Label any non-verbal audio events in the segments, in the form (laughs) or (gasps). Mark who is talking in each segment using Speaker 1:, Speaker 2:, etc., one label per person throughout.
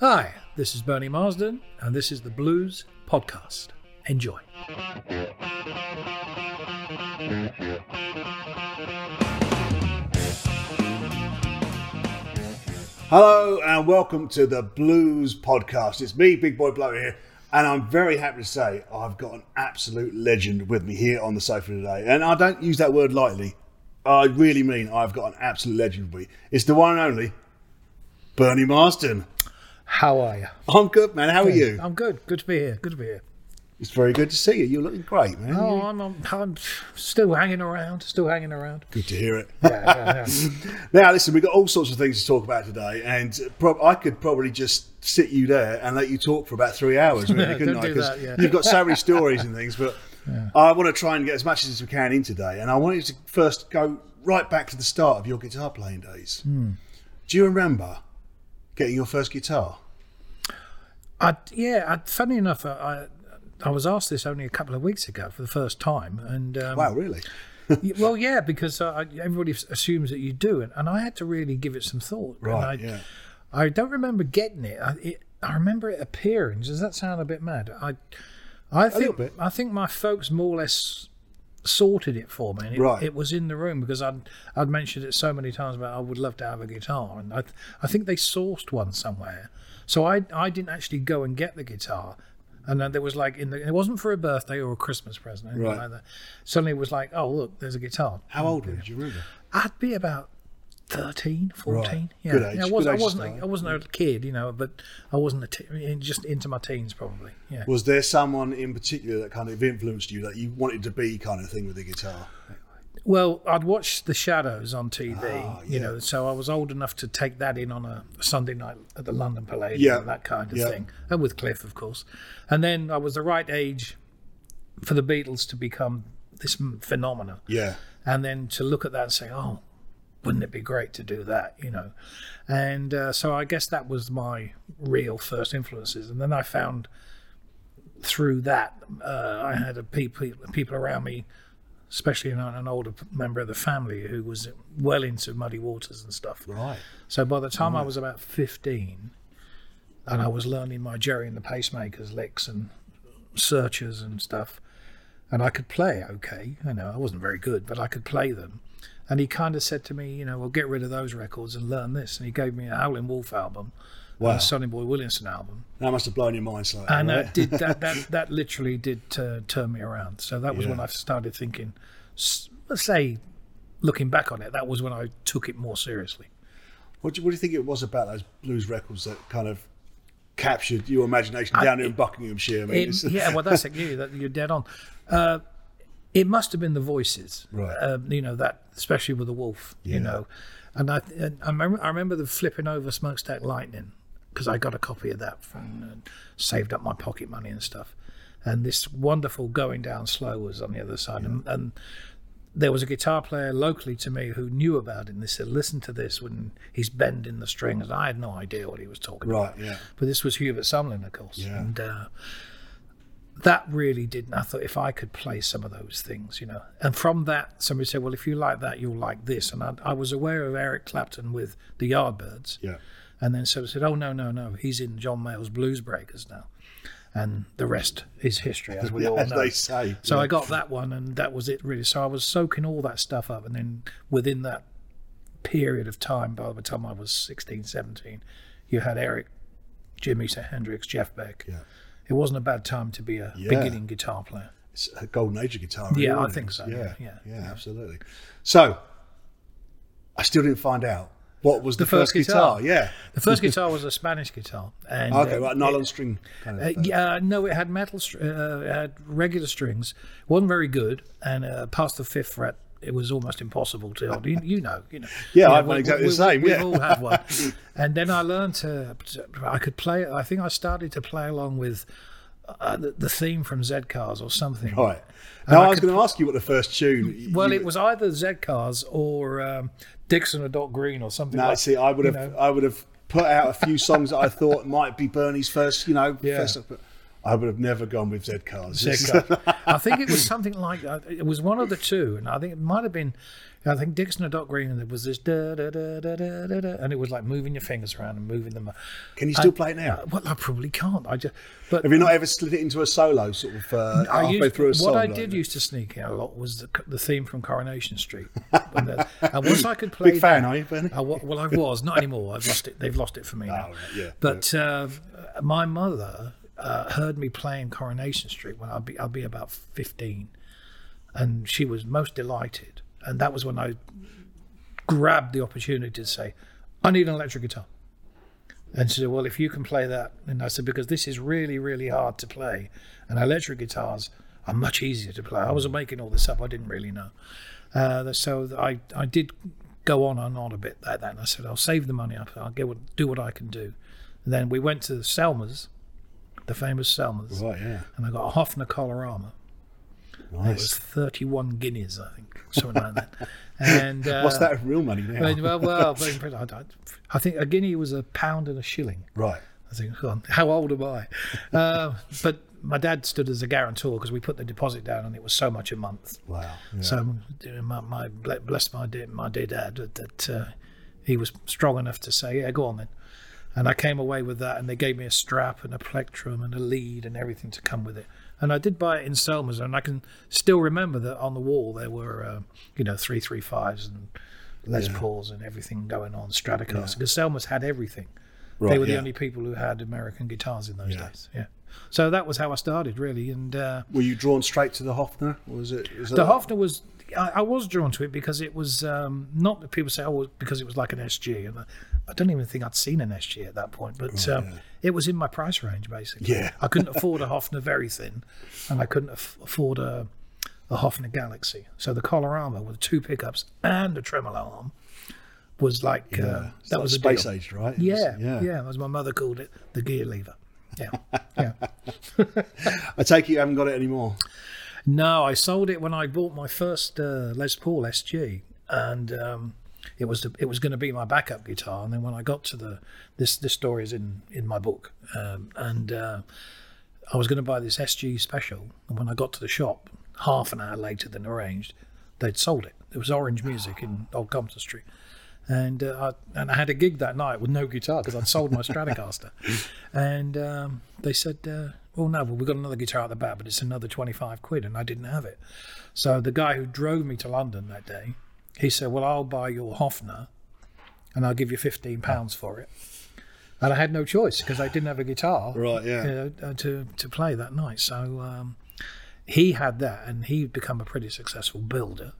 Speaker 1: Hi, this is Bernie Marsden, and this is the Blues Podcast. Enjoy.
Speaker 2: Hello and welcome to the Blues Podcast. It's me, Big Boy Blow here, and I'm very happy to say I've got an absolute legend with me here on the sofa today. And I don't use that word lightly. I really mean I've got an absolute legend with me. It's the one and only Bernie Marston.
Speaker 1: How are you?
Speaker 2: I'm good, man. How are you?
Speaker 1: I'm good. Good to be here. Good to be here.
Speaker 2: It's very good to see you. You're looking great, man.
Speaker 1: Oh, I'm, I'm, I'm still hanging around. Still hanging around.
Speaker 2: Good to hear it.
Speaker 1: Yeah, yeah, yeah.
Speaker 2: (laughs) Now, listen, we've got all sorts of things to talk about today, and uh, prob- I could probably just sit you there and let you talk for about three hours,
Speaker 1: (laughs)
Speaker 2: really, couldn't
Speaker 1: Don't
Speaker 2: I?
Speaker 1: do
Speaker 2: 'Cause
Speaker 1: that, yeah.
Speaker 2: You've
Speaker 1: (laughs)
Speaker 2: got so many stories and things, but I want to try and get as much as we can in today, and I wanted to first go right back to the start of your guitar playing days.
Speaker 1: Hmm.
Speaker 2: Do you remember getting your first guitar?
Speaker 1: I, yeah. I, funny enough, I, I I was asked this only a couple of weeks ago for the first time, and um,
Speaker 2: Wow, really?
Speaker 1: Y- well, yeah, because uh, everybody s- assumes that you do, and, and I had to really give it some thought. and
Speaker 2: Right,
Speaker 1: I,
Speaker 2: yeah.
Speaker 1: I don't remember getting it. I, it. I remember it appearing. Does that sound a bit mad? I, I
Speaker 2: little
Speaker 1: think
Speaker 2: bit.
Speaker 1: I think my folks more or less sorted it for me. And it,
Speaker 2: Right.
Speaker 1: it was in the room because I'd I'd mentioned it so many times about I would love to have a guitar, and I th- I think they sourced one somewhere. So I I didn't actually go and get the guitar. And then there was like in the it wasn't for a birthday or a Christmas present, anything
Speaker 2: Right.
Speaker 1: like that. Suddenly it was like, oh look, there's a guitar.
Speaker 2: How old were you? Do you remember?
Speaker 1: I'd be about 13, 14.
Speaker 2: Right.
Speaker 1: Yeah.
Speaker 2: Good age,
Speaker 1: yeah I wasn't,
Speaker 2: good age
Speaker 1: I
Speaker 2: to
Speaker 1: wasn't,
Speaker 2: start.
Speaker 1: a, I wasn't a kid, you know, but I wasn't a te- just into my teens probably. Yeah.
Speaker 2: Was there someone in particular that kind of influenced you that you wanted to be kind of thing with the guitar?
Speaker 1: Well, I'd watched The Shadows on TV,
Speaker 2: Ah,
Speaker 1: you
Speaker 2: yeah.
Speaker 1: know, so I was old enough to take that in on a Sunday night at the London Palladium,
Speaker 2: Yeah.
Speaker 1: and that kind of
Speaker 2: Yeah.
Speaker 1: thing, and with Cliff, of course. And then I was the right age for the Beatles to become this m- phenomenon.
Speaker 2: Yeah,
Speaker 1: and then to look at that and say, oh, wouldn't it be great to do that, you know? And uh, so I guess that was my real first influences, and then I found through that uh, I had a people people around me, especially an, an older p- member of the family who was well into Muddy Waters and stuff.
Speaker 2: right.
Speaker 1: So by the time I was about fifteen, and I was learning my Jerry and the Pacemakers licks and searches and stuff, and I could play okay. You know, I wasn't very good, but I could play them. And he kind of said to me, you know, well, get rid of those records and learn this. And he gave me a Howlin' Wolf album, and
Speaker 2: Wow.
Speaker 1: a Sonny Boy Williamson album,
Speaker 2: That must have blown your mind slightly.
Speaker 1: and
Speaker 2: right?
Speaker 1: that did that that that literally did uh, turn me around. So that was when
Speaker 2: Yeah.
Speaker 1: I started thinking. s- Let's say, looking back on it, that was when I took it more seriously.
Speaker 2: What do, you, what do you think it was about those blues records that kind of captured your imagination down in Buckinghamshire? I mean,
Speaker 1: It,
Speaker 2: it's-
Speaker 1: yeah, well, that's it. You, that, you're dead on. Uh, it must have been the voices,
Speaker 2: Right.
Speaker 1: Um, you know that, especially with the wolf.
Speaker 2: Yeah.
Speaker 1: You know, and I and I, remember, I remember the flipping over smokestack lightning because I got a copy of that from and saved up my pocket money and stuff. And this wonderful going down slow was on the other side, and, and there was a guitar player locally to me who knew about it. And they said, "Listen to this when he's bending the strings." And I had no idea what he was talking about
Speaker 2: (laughs) right, yeah.
Speaker 1: but this was Hubert Sumlin, of course,
Speaker 2: Yeah.
Speaker 1: and uh, that really didn't. I thought if I could play some of those things, you know, and from that somebody said, "Well, if you like that, you'll like this," and I, I was aware of Eric Clapton with the Yardbirds,
Speaker 2: Yeah.
Speaker 1: and then somebody said, "Oh no, no, no, he's in John Mayall's Blues Breakers now," and the rest is history, as
Speaker 2: (laughs)
Speaker 1: we all know.
Speaker 2: As they say.
Speaker 1: So
Speaker 2: yeah.
Speaker 1: I got that one, and that was it really. So I was soaking all that stuff up, and then within that period of time, by the time I was 16, 17, you had Eric, Jimmy Hendrix, Jeff Beck.
Speaker 2: Yeah.
Speaker 1: It wasn't a bad time to be a
Speaker 2: Yeah.
Speaker 1: beginning guitar player.
Speaker 2: It's a golden age of guitar. really,
Speaker 1: Yeah, I
Speaker 2: wasn't
Speaker 1: think
Speaker 2: it?
Speaker 1: so,
Speaker 2: Yeah,
Speaker 1: yeah,
Speaker 2: yeah, absolutely. So I still didn't find out what was the,
Speaker 1: first guitar.
Speaker 2: Yeah.
Speaker 1: The first guitar was a Spanish guitar, and
Speaker 2: Okay,
Speaker 1: uh,
Speaker 2: right, nylon string kind of
Speaker 1: Uh,
Speaker 2: thing.
Speaker 1: yeah, no, it had metal, str- uh, it had regular strings. wasn't very good, and uh, past the fifth fret, it was almost impossible to hold. You, you know, you know.
Speaker 2: (laughs) Yeah,
Speaker 1: You know,
Speaker 2: I've one exactly the same,
Speaker 1: We've
Speaker 2: yeah.
Speaker 1: all had
Speaker 2: (laughs)
Speaker 1: one. and then I learned to, I could play. I think I started to play along with uh, the, the theme from Z Cars or something.
Speaker 2: Right. Now,
Speaker 1: uh, I
Speaker 2: I was
Speaker 1: could-
Speaker 2: going to ask you what the first tune. you-
Speaker 1: Well,
Speaker 2: you-
Speaker 1: it was either Z Cars or um, Dixon or Dot Green or something.
Speaker 2: No,
Speaker 1: like
Speaker 2: see, I would
Speaker 1: you
Speaker 2: have,
Speaker 1: know.
Speaker 2: I would have put out a few songs that I thought might be Bernie's first, you know,
Speaker 1: Yeah.
Speaker 2: first. But I would have never gone with Zed Cars.
Speaker 1: Z Cars. I think it was something like uh, it was one of the two, and I think it might have been. I think Dixon or Doc Green, and there was this da da da da da da, da, and it was like moving your fingers around and moving them.
Speaker 2: (laughs) Can you still play it now?
Speaker 1: Uh, Well, I probably can't. I just but
Speaker 2: Have you not ever slid it into a solo sort of uh,
Speaker 1: I
Speaker 2: halfway
Speaker 1: used-
Speaker 2: through a song?
Speaker 1: what I
Speaker 2: like
Speaker 1: did
Speaker 2: that?
Speaker 1: used to sneak in a lot was the, the theme from Coronation Street. and that- and once I could play,
Speaker 2: Big fan,
Speaker 1: that-
Speaker 2: are you, Bernie?
Speaker 1: I wa- Oh, well, I was not anymore. I've lost it. They've lost it for me now.
Speaker 2: Ah, right, yeah,
Speaker 1: but uh, my mother uh, heard me playing Coronation Street when I'd be I'd be about fifteen, and she was most delighted. And that was when I grabbed the opportunity to say, "I need an electric guitar." And she said, Well, if you can play that. And I said, Because this is really, really hard to play. And electric guitars are much easier to play. I was making all this up. I didn't really know. Uh, so I, I did go on and on a bit like that. And I said, I'll save the money up. I'll get what, do what I can do. And then we went to Selma's, the famous Selma's.
Speaker 2: Right, yeah.
Speaker 1: And I got a Hofner Colorama. It was
Speaker 2: Nice.
Speaker 1: 31 guineas, I think, something like that. And uh,
Speaker 2: (laughs) What's that in real money now?
Speaker 1: Well, well, well, I don't- I think a guinea was a pound and a shilling.
Speaker 2: right.
Speaker 1: I think, "Go on, how old am I? (laughs) uh, but my dad stood as a guarantor because we put the deposit down and it was so much a month.
Speaker 2: Wow. Yeah.
Speaker 1: So uh, my, my ble- bless my dear my dear dad that, that uh, he was strong enough to say, yeah, go on then. And I came away with that, and they gave me a strap and a plectrum and a lead and everything to come with it. And I did buy it in Selma's, and I can still remember that on the wall there were, uh, you know, three three fives and Les Pauls and everything going on Stratocaster because Selma's had everything. they
Speaker 2: Right,
Speaker 1: were the
Speaker 2: yeah.
Speaker 1: only people who had American guitars in those
Speaker 2: Yeah.
Speaker 1: days. Yeah. So that was how I started, really, and. Uh,
Speaker 2: Were you drawn straight to the Hofner? Or was it? Was
Speaker 1: the
Speaker 2: that-
Speaker 1: Hofner was. I, I was drawn to it because it was um, not that people say, oh, because it was like an SG, and I, I don't even think I'd seen an SG at that point, but um, it was in my price range basically.
Speaker 2: Oh, Yeah.
Speaker 1: I couldn't afford a Hofner very thin, and I couldn't aff afford a, a Hofner Galaxy. So the Colorama with two pickups and a tremolo arm was like uh,
Speaker 2: It's
Speaker 1: that
Speaker 2: like
Speaker 1: was a
Speaker 2: space
Speaker 1: deal.
Speaker 2: age, right? It was-
Speaker 1: Yeah, yeah,
Speaker 2: yeah,
Speaker 1: yeah. As my mother called it, the gear lever. Yeah, yeah.
Speaker 2: I take it you haven't got it anymore.
Speaker 1: No, I sold it when I bought my first uh, Les Paul SG, and um, it was it was going to be my backup guitar. And then when I got to the this this story is in in my book, um, and uh, I was going to buy this SG special. And when I got to the shop, half an hour later than arranged, they'd sold it. It was Orange Music in Old Compton Street. And uh, I, and I had a gig that night with no guitar because I'd sold my Stratocaster, and um, they said, uh, "Well, no, well, we've got another guitar at the back, but it's another twenty-five quid," and I didn't have it. So the guy who drove me to London that day, he said, "Well, I'll buy your Hofner, and I'll give you fifteen pounds for it." And I had no choice because I didn't have a guitar
Speaker 2: Right, yeah.
Speaker 1: you know, uh, to to play that night. So um, he had that, and he'd become a pretty successful builder.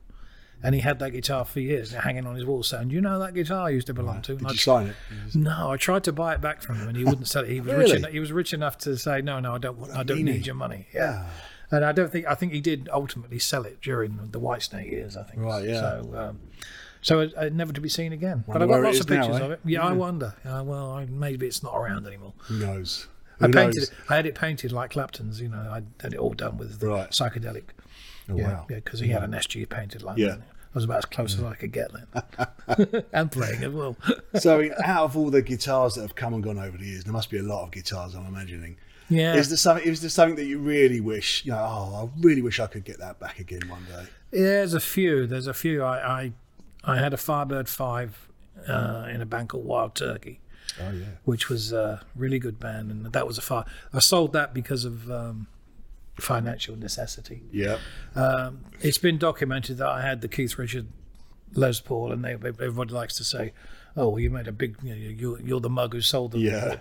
Speaker 1: And he had that guitar for years, uh, hanging on his wall, saying, "You know that guitar I used to belong to." And
Speaker 2: Did
Speaker 1: I
Speaker 2: you sign it?
Speaker 1: no, I tried to buy it back from him, and he wouldn't
Speaker 2: (laughs)
Speaker 1: sell it. He was rich.
Speaker 2: Really?
Speaker 1: Enough, he was rich enough to say, "No, no, I don't. Want, I don't
Speaker 2: meanie.
Speaker 1: need your money." Yeah, and I don't think. I think he did ultimately sell it during the White Snake years. I think.
Speaker 2: Right, yeah.
Speaker 1: So, um, so it, it never to be seen again.
Speaker 2: Wonder
Speaker 1: but I've
Speaker 2: where
Speaker 1: got
Speaker 2: it
Speaker 1: lots
Speaker 2: is
Speaker 1: of pictures
Speaker 2: now, eh?
Speaker 1: of it. Yeah, I wonder. Uh, well, I, maybe it's not around anymore.
Speaker 2: Who knows?
Speaker 1: I
Speaker 2: Who
Speaker 1: painted.
Speaker 2: knows?
Speaker 1: It, I had it painted like Clapton's. You know, I had it all done with the
Speaker 2: Right.
Speaker 1: psychedelic.
Speaker 2: Oh,
Speaker 1: yeah,
Speaker 2: wow.
Speaker 1: because he had an SG painted like.
Speaker 2: Yeah.
Speaker 1: that. I was about as close as I could get then,
Speaker 2: (laughs)
Speaker 1: (laughs) and playing as well.
Speaker 2: so, I mean, out of all the guitars that have come and gone over the years, there must be a lot of guitars. I'm imagining.
Speaker 1: Yeah.
Speaker 2: Is there something? Is there something that you really wish? You know, oh, I really wish I could get that back again one day.
Speaker 1: Yeah, there's a few. There's a few. I I, I had a Firebird Five uh, in a band called Wild Turkey,
Speaker 2: Oh yeah.
Speaker 1: which was a really good band, and that was a fire. I sold that because of um, financial necessity.
Speaker 2: Yeah.
Speaker 1: Um, it's been documented that I had the Keith Richard Les Paul, and they, everybody likes to say, "Oh, well, you made a big. You know, you're, you're the mug who sold them."
Speaker 2: Yeah.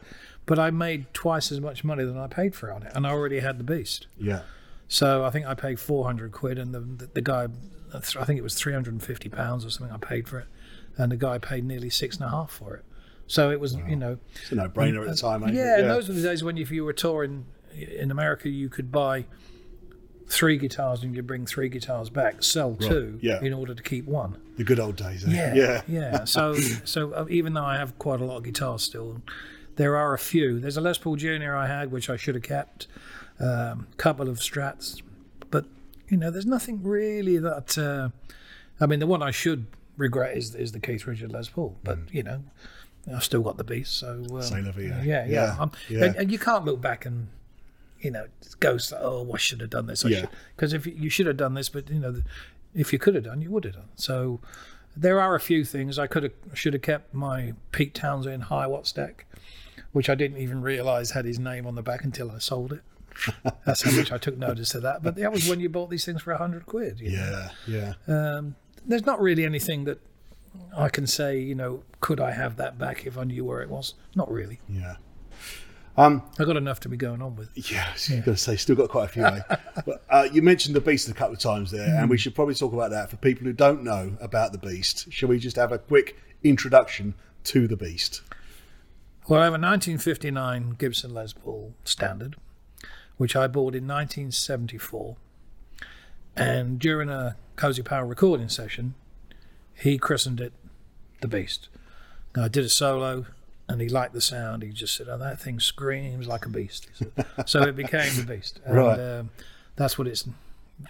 Speaker 1: But I made twice as much money than I paid for on it, and I already had the Beast.
Speaker 2: Yeah.
Speaker 1: So I think I paid 400 quid, and the, the, the guy, I think it was 350 pounds or something, I paid for it. And the guy paid nearly six and a half for it. So it was, you know.
Speaker 2: It's a no-brainer at the time. ain't it?
Speaker 1: Yeah, and those were the days when if you were touring in America, you could buy three guitars and you bring three guitars back, sell two
Speaker 2: yeah.
Speaker 1: in order to keep one.
Speaker 2: the good old days. eh?
Speaker 1: Yeah, (laughs)
Speaker 2: Yeah.
Speaker 1: yeah. So, so uh, even though I have quite a lot of guitars still, there are a few. There's a Les Paul Junior I had, which I should have kept. um, couple of Strats, but you know, there's nothing really that. Uh, I mean, the one I should regret is is the Keith Richard Les Paul, but you know, I've still got the beast. So um,
Speaker 2: Say la vie, eh?
Speaker 1: yeah, yeah.
Speaker 2: Yeah,
Speaker 1: Um,
Speaker 2: yeah.
Speaker 1: And, and you can't look back and. you know goes oh I should have done this. I
Speaker 2: Yeah.
Speaker 1: should because if you- you should have done this, but you know if you could have done, you would have done. So there are a few things I could have should have kept my Pete Townsend high watts deck, which I didn't even realise had his name on the back until I sold
Speaker 2: (laughs)
Speaker 1: it. That's how much I took notice of that. But that was when you bought these things for a hundred quid. you know.
Speaker 2: Yeah, yeah.
Speaker 1: Um, there's not really anything that I can say. You know, could I have that back if I knew where it was? Not really.
Speaker 2: Yeah. (laughs)
Speaker 1: I got enough to be going on with.
Speaker 2: Yeah, I was going to say, still got quite a
Speaker 1: (laughs)
Speaker 2: few. eh? but, uh, you mentioned the Beast a couple of times there,
Speaker 1: Mm.
Speaker 2: and we should probably talk about that for people who don't know about the Beast. Shall we just have a quick introduction to the Beast?
Speaker 1: Well, I have a 1959 Gibson Les Paul Standard, which I bought in 1974. And during a Cozy Power recording session, he christened it The Beast. Now, I did a solo and he liked the sound. He just said, Oh, that thing screams like a beast. He said. so it became The Beast. And,
Speaker 2: Right.
Speaker 1: um, that's what its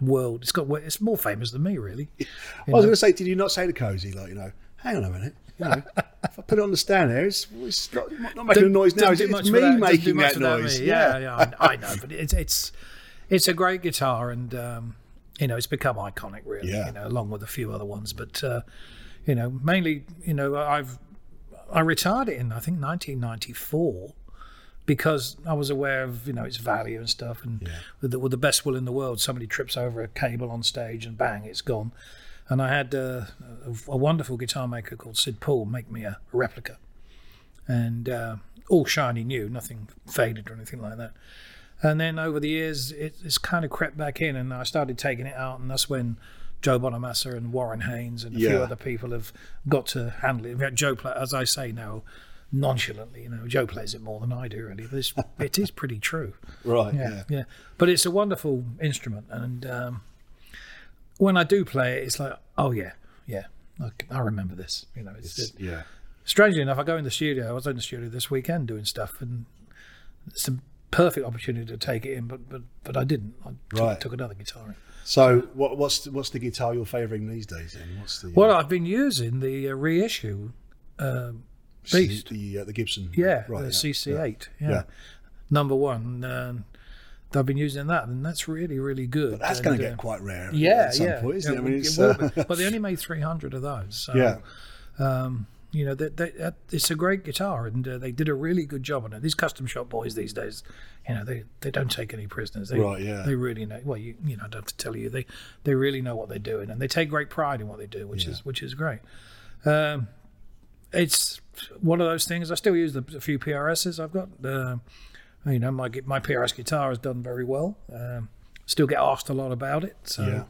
Speaker 1: world. It's got. It's more famous than me, really.
Speaker 2: I was going to say, did you not say to Cozy, like, you know, hang on a minute, you know, if I put it on the stand there, it's, it's not, not making a noise now,
Speaker 1: Doesn't do
Speaker 2: it's, it's
Speaker 1: much
Speaker 2: me
Speaker 1: without- doesn't do
Speaker 2: making
Speaker 1: much
Speaker 2: that
Speaker 1: without me.
Speaker 2: noise.
Speaker 1: Yeah,
Speaker 2: (laughs)
Speaker 1: yeah, I, I know, but it's it's it's a great guitar, and um, you know, it's become iconic, really.
Speaker 2: Yeah.
Speaker 1: You know, along with a few other ones, but uh, you know, mainly, you know, I've I retired it in I think 1994 because I was aware of you know its value and stuff, and with, the, with the best will in the world, somebody trips over a cable on stage and bang, it's gone. And I had uh, a, a wonderful guitar maker called Sid Paul make me a replica, and uh, all shiny new, nothing faded or anything like that. And then over the years, it, it's kind of crept back in, and I started taking it out, and that's when Joe Bonamassa and Warren Haynes and a
Speaker 2: Yeah.
Speaker 1: few other people have got to handle it. In fact, Joe, pla- as I say now, nonchalantly, you know, Joe plays it more than I do, really. But (laughs) it's, it is pretty true.
Speaker 2: Right,
Speaker 1: Yeah,
Speaker 2: yeah.
Speaker 1: yeah, But it's a wonderful instrument, and um, when I do play it, it's like, oh yeah, yeah, I, c- I remember this. You know, it's,
Speaker 2: It's- yeah.
Speaker 1: strangely enough, I go in the studio. I was in the studio this weekend doing stuff, and it's a perfect opportunity to take it in, but but, but I didn't. I took,
Speaker 2: Right.
Speaker 1: took another guitar in.
Speaker 2: So, what, what's the, what's the guitar you're favouring these days? Then, what's the uh,
Speaker 1: Well, I've been using the uh, reissue, Beast.
Speaker 2: the the, uh, the Gibson?
Speaker 1: yeah,
Speaker 2: right,
Speaker 1: the
Speaker 2: yeah.
Speaker 1: CC8, yeah.
Speaker 2: Yeah.
Speaker 1: number one. Um, I've been using that, and that's really really good.
Speaker 2: That's
Speaker 1: And,
Speaker 2: going
Speaker 1: uh,
Speaker 2: to get quite rare.
Speaker 1: yeah,
Speaker 2: at some
Speaker 1: yeah.
Speaker 2: point, isn't
Speaker 1: yeah,
Speaker 2: it? I mean, it's,
Speaker 1: will
Speaker 2: uh, (laughs)
Speaker 1: be. but they only made 300 of those. So,
Speaker 2: yeah,
Speaker 1: You know, that that that- it's a great guitar, and uh, they did a really good job on it. These custom shop boys these days, you know, they, they don't take any prisoners. They,
Speaker 2: Right, yeah.
Speaker 1: They really know. Well, you you know, I don't have to tell you, they they really know what they're doing, and they take great pride in what they do, which is which is great. Um, it's one of those things. I still use the a few PRSs I've got. Uh, you know, my gu- my PRS guitar has done very well. Um, still get asked a lot about it, so
Speaker 2: Yeah.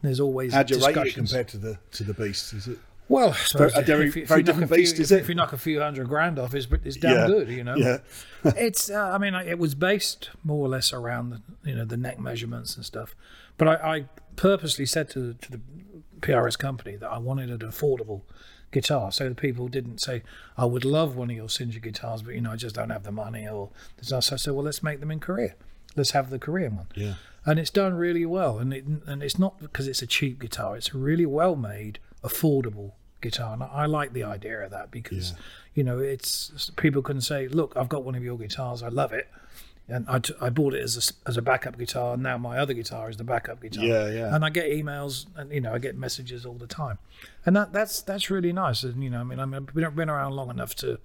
Speaker 1: there's always
Speaker 2: How'd you rate it
Speaker 1: discussions.
Speaker 2: compared to the to the Beast? Is it?
Speaker 1: Well, I suppose
Speaker 2: a very-
Speaker 1: if you- if
Speaker 2: very
Speaker 1: you knock
Speaker 2: different
Speaker 1: a few-
Speaker 2: beast,
Speaker 1: if-
Speaker 2: is it?
Speaker 1: If you knock a few hundred grand off, it's it's damn
Speaker 2: Yeah.
Speaker 1: good, you know.
Speaker 2: Yeah,
Speaker 1: it's, uh, I mean, I- it was based more or less around the, you know the neck measurements and stuff, but I, I purposely said to to the PRS company that I wanted an affordable guitar, so the people didn't say, "I would love one of your Singer guitars, but you know I just don't have the money," or there's no. So I said, "Well, let's make them in Korea. Let's have the Korean one."
Speaker 2: yeah,
Speaker 1: and it's done really well. And it, and it's not because it's a cheap guitar; it's a really well made, affordable guitar. And I, I like the idea of that because you know it's people can say, "Look, I've got one of your guitars. I love it." And I, t- I bought it as a, s- as a backup guitar, and now my other guitar is the backup guitar.
Speaker 2: Yeah, yeah.
Speaker 1: And I get emails, and you know, I get messages all the time, and that that's that's really nice. And you know, I mean, I mean, I've been- been around long enough to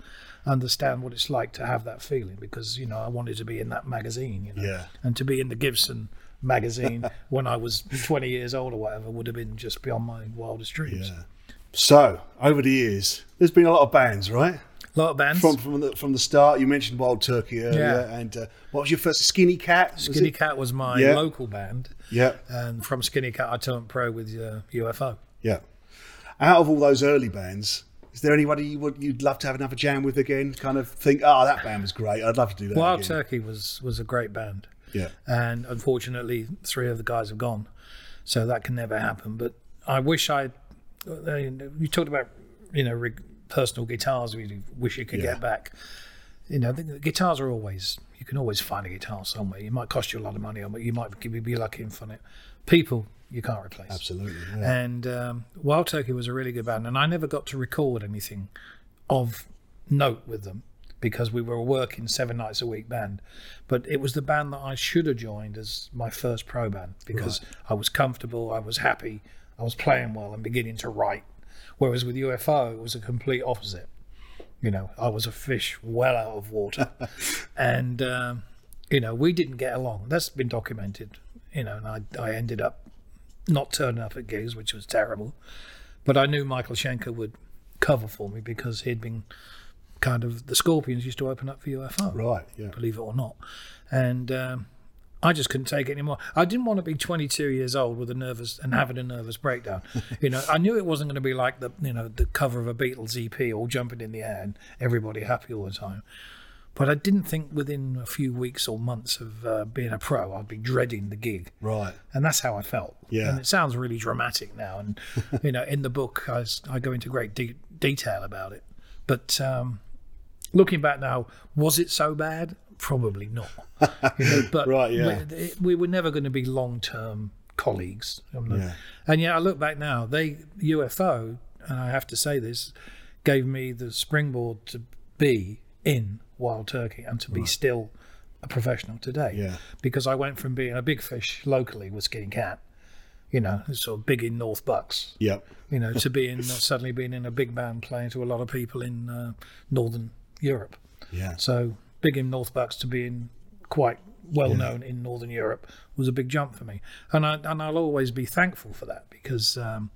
Speaker 1: understand what it's like to have that feeling because you know, I wanted to be in that magazine. You know,
Speaker 2: Yeah.
Speaker 1: and to be in the Gibson magazine (laughs) when I was 20 years old or whatever would have been just beyond my wildest dreams.
Speaker 2: yeah. So over the years, there's been a lot of bands, right?
Speaker 1: A lot of bands.
Speaker 2: From from the from the start, you mentioned Wild Turkey earlier,
Speaker 1: Yeah.
Speaker 2: and uh, what was your first Skinny Cat? was
Speaker 1: Skinny
Speaker 2: it?
Speaker 1: Cat was my
Speaker 2: Yeah.
Speaker 1: local band,
Speaker 2: Yeah,
Speaker 1: and from Skinny Cat I turned pro with uh, UFO.
Speaker 2: yeah. Out of all those early bands, is there anybody you would you'd love to have another jam with again? Kind of think, oh, that band was great. I'd love to do that.
Speaker 1: Wild
Speaker 2: again.
Speaker 1: Turkey was was a great band,
Speaker 2: Yeah,
Speaker 1: and unfortunately three of the guys have gone, so that can never happen. But I wish I, uh, you talked about you know reg- personal guitars we wish you could
Speaker 2: Yeah.
Speaker 1: get back. you know, the, the guitars are always you can always find a guitar somewhere. It might cost you a lot of money, or you might be, be lucky and find it. People you can't replace.
Speaker 2: absolutely. yeah.
Speaker 1: And um, Wild Turkey was a really good band, and I never got to record anything of note with them because we were a working seven nights a week band. But it was the band that I should have joined as my first pro band because I was comfortable, I was happy, I was playing well and beginning to write. Whereas with UFO, it was a complete opposite. You know, I was a fish well out of water. and, um, you know, we didn't get along. That's been documented, you know, and I, I ended up not turning up at gigs, which was terrible. But I knew Michael Schenker would cover for me because he'd been kind of the Scorpions used to open up for UFO,
Speaker 2: Right. Yeah.
Speaker 1: believe it or not. And um, I just couldn't take it anymore. I didn't want to be 22 years old with a nervous and having a nervous breakdown. you know, I knew it wasn't going to be like the you know the cover of a Beatles EP, all jumping in the air and everybody happy all the time. But I didn't think within a few weeks or months of uh, being a pro, I'd be dreading the gig
Speaker 2: Right.
Speaker 1: and that's how I felt.
Speaker 2: Yeah.
Speaker 1: and it sounds really dramatic now,
Speaker 2: (laughs)
Speaker 1: and you know, in the book, I, s- I go into great de- detail about it. But um, looking back now, was it so bad? Probably
Speaker 2: (laughs)
Speaker 1: not. You know, but
Speaker 2: Right, yeah.
Speaker 1: we, it- we were never going to be long-term colleagues. I'm not-
Speaker 2: Yeah.
Speaker 1: And yeah, I look back now. They UFO, and I have to say this, gave me the springboard to be in Wild Turkey and to be still a professional today
Speaker 2: Yeah.
Speaker 1: because I went from being a big fish locally with Skinny Cat, you know, sort of big in North Bucks,
Speaker 2: Yep.
Speaker 1: you know, to
Speaker 2: (laughs)
Speaker 1: being suddenly being in a big band playing to a lot of people in uh, Northern Europe.
Speaker 2: Yeah.
Speaker 1: So big in North Bucks to being quite well known in Northern Europe was a big jump for me, and I and I'll always be thankful for that because um,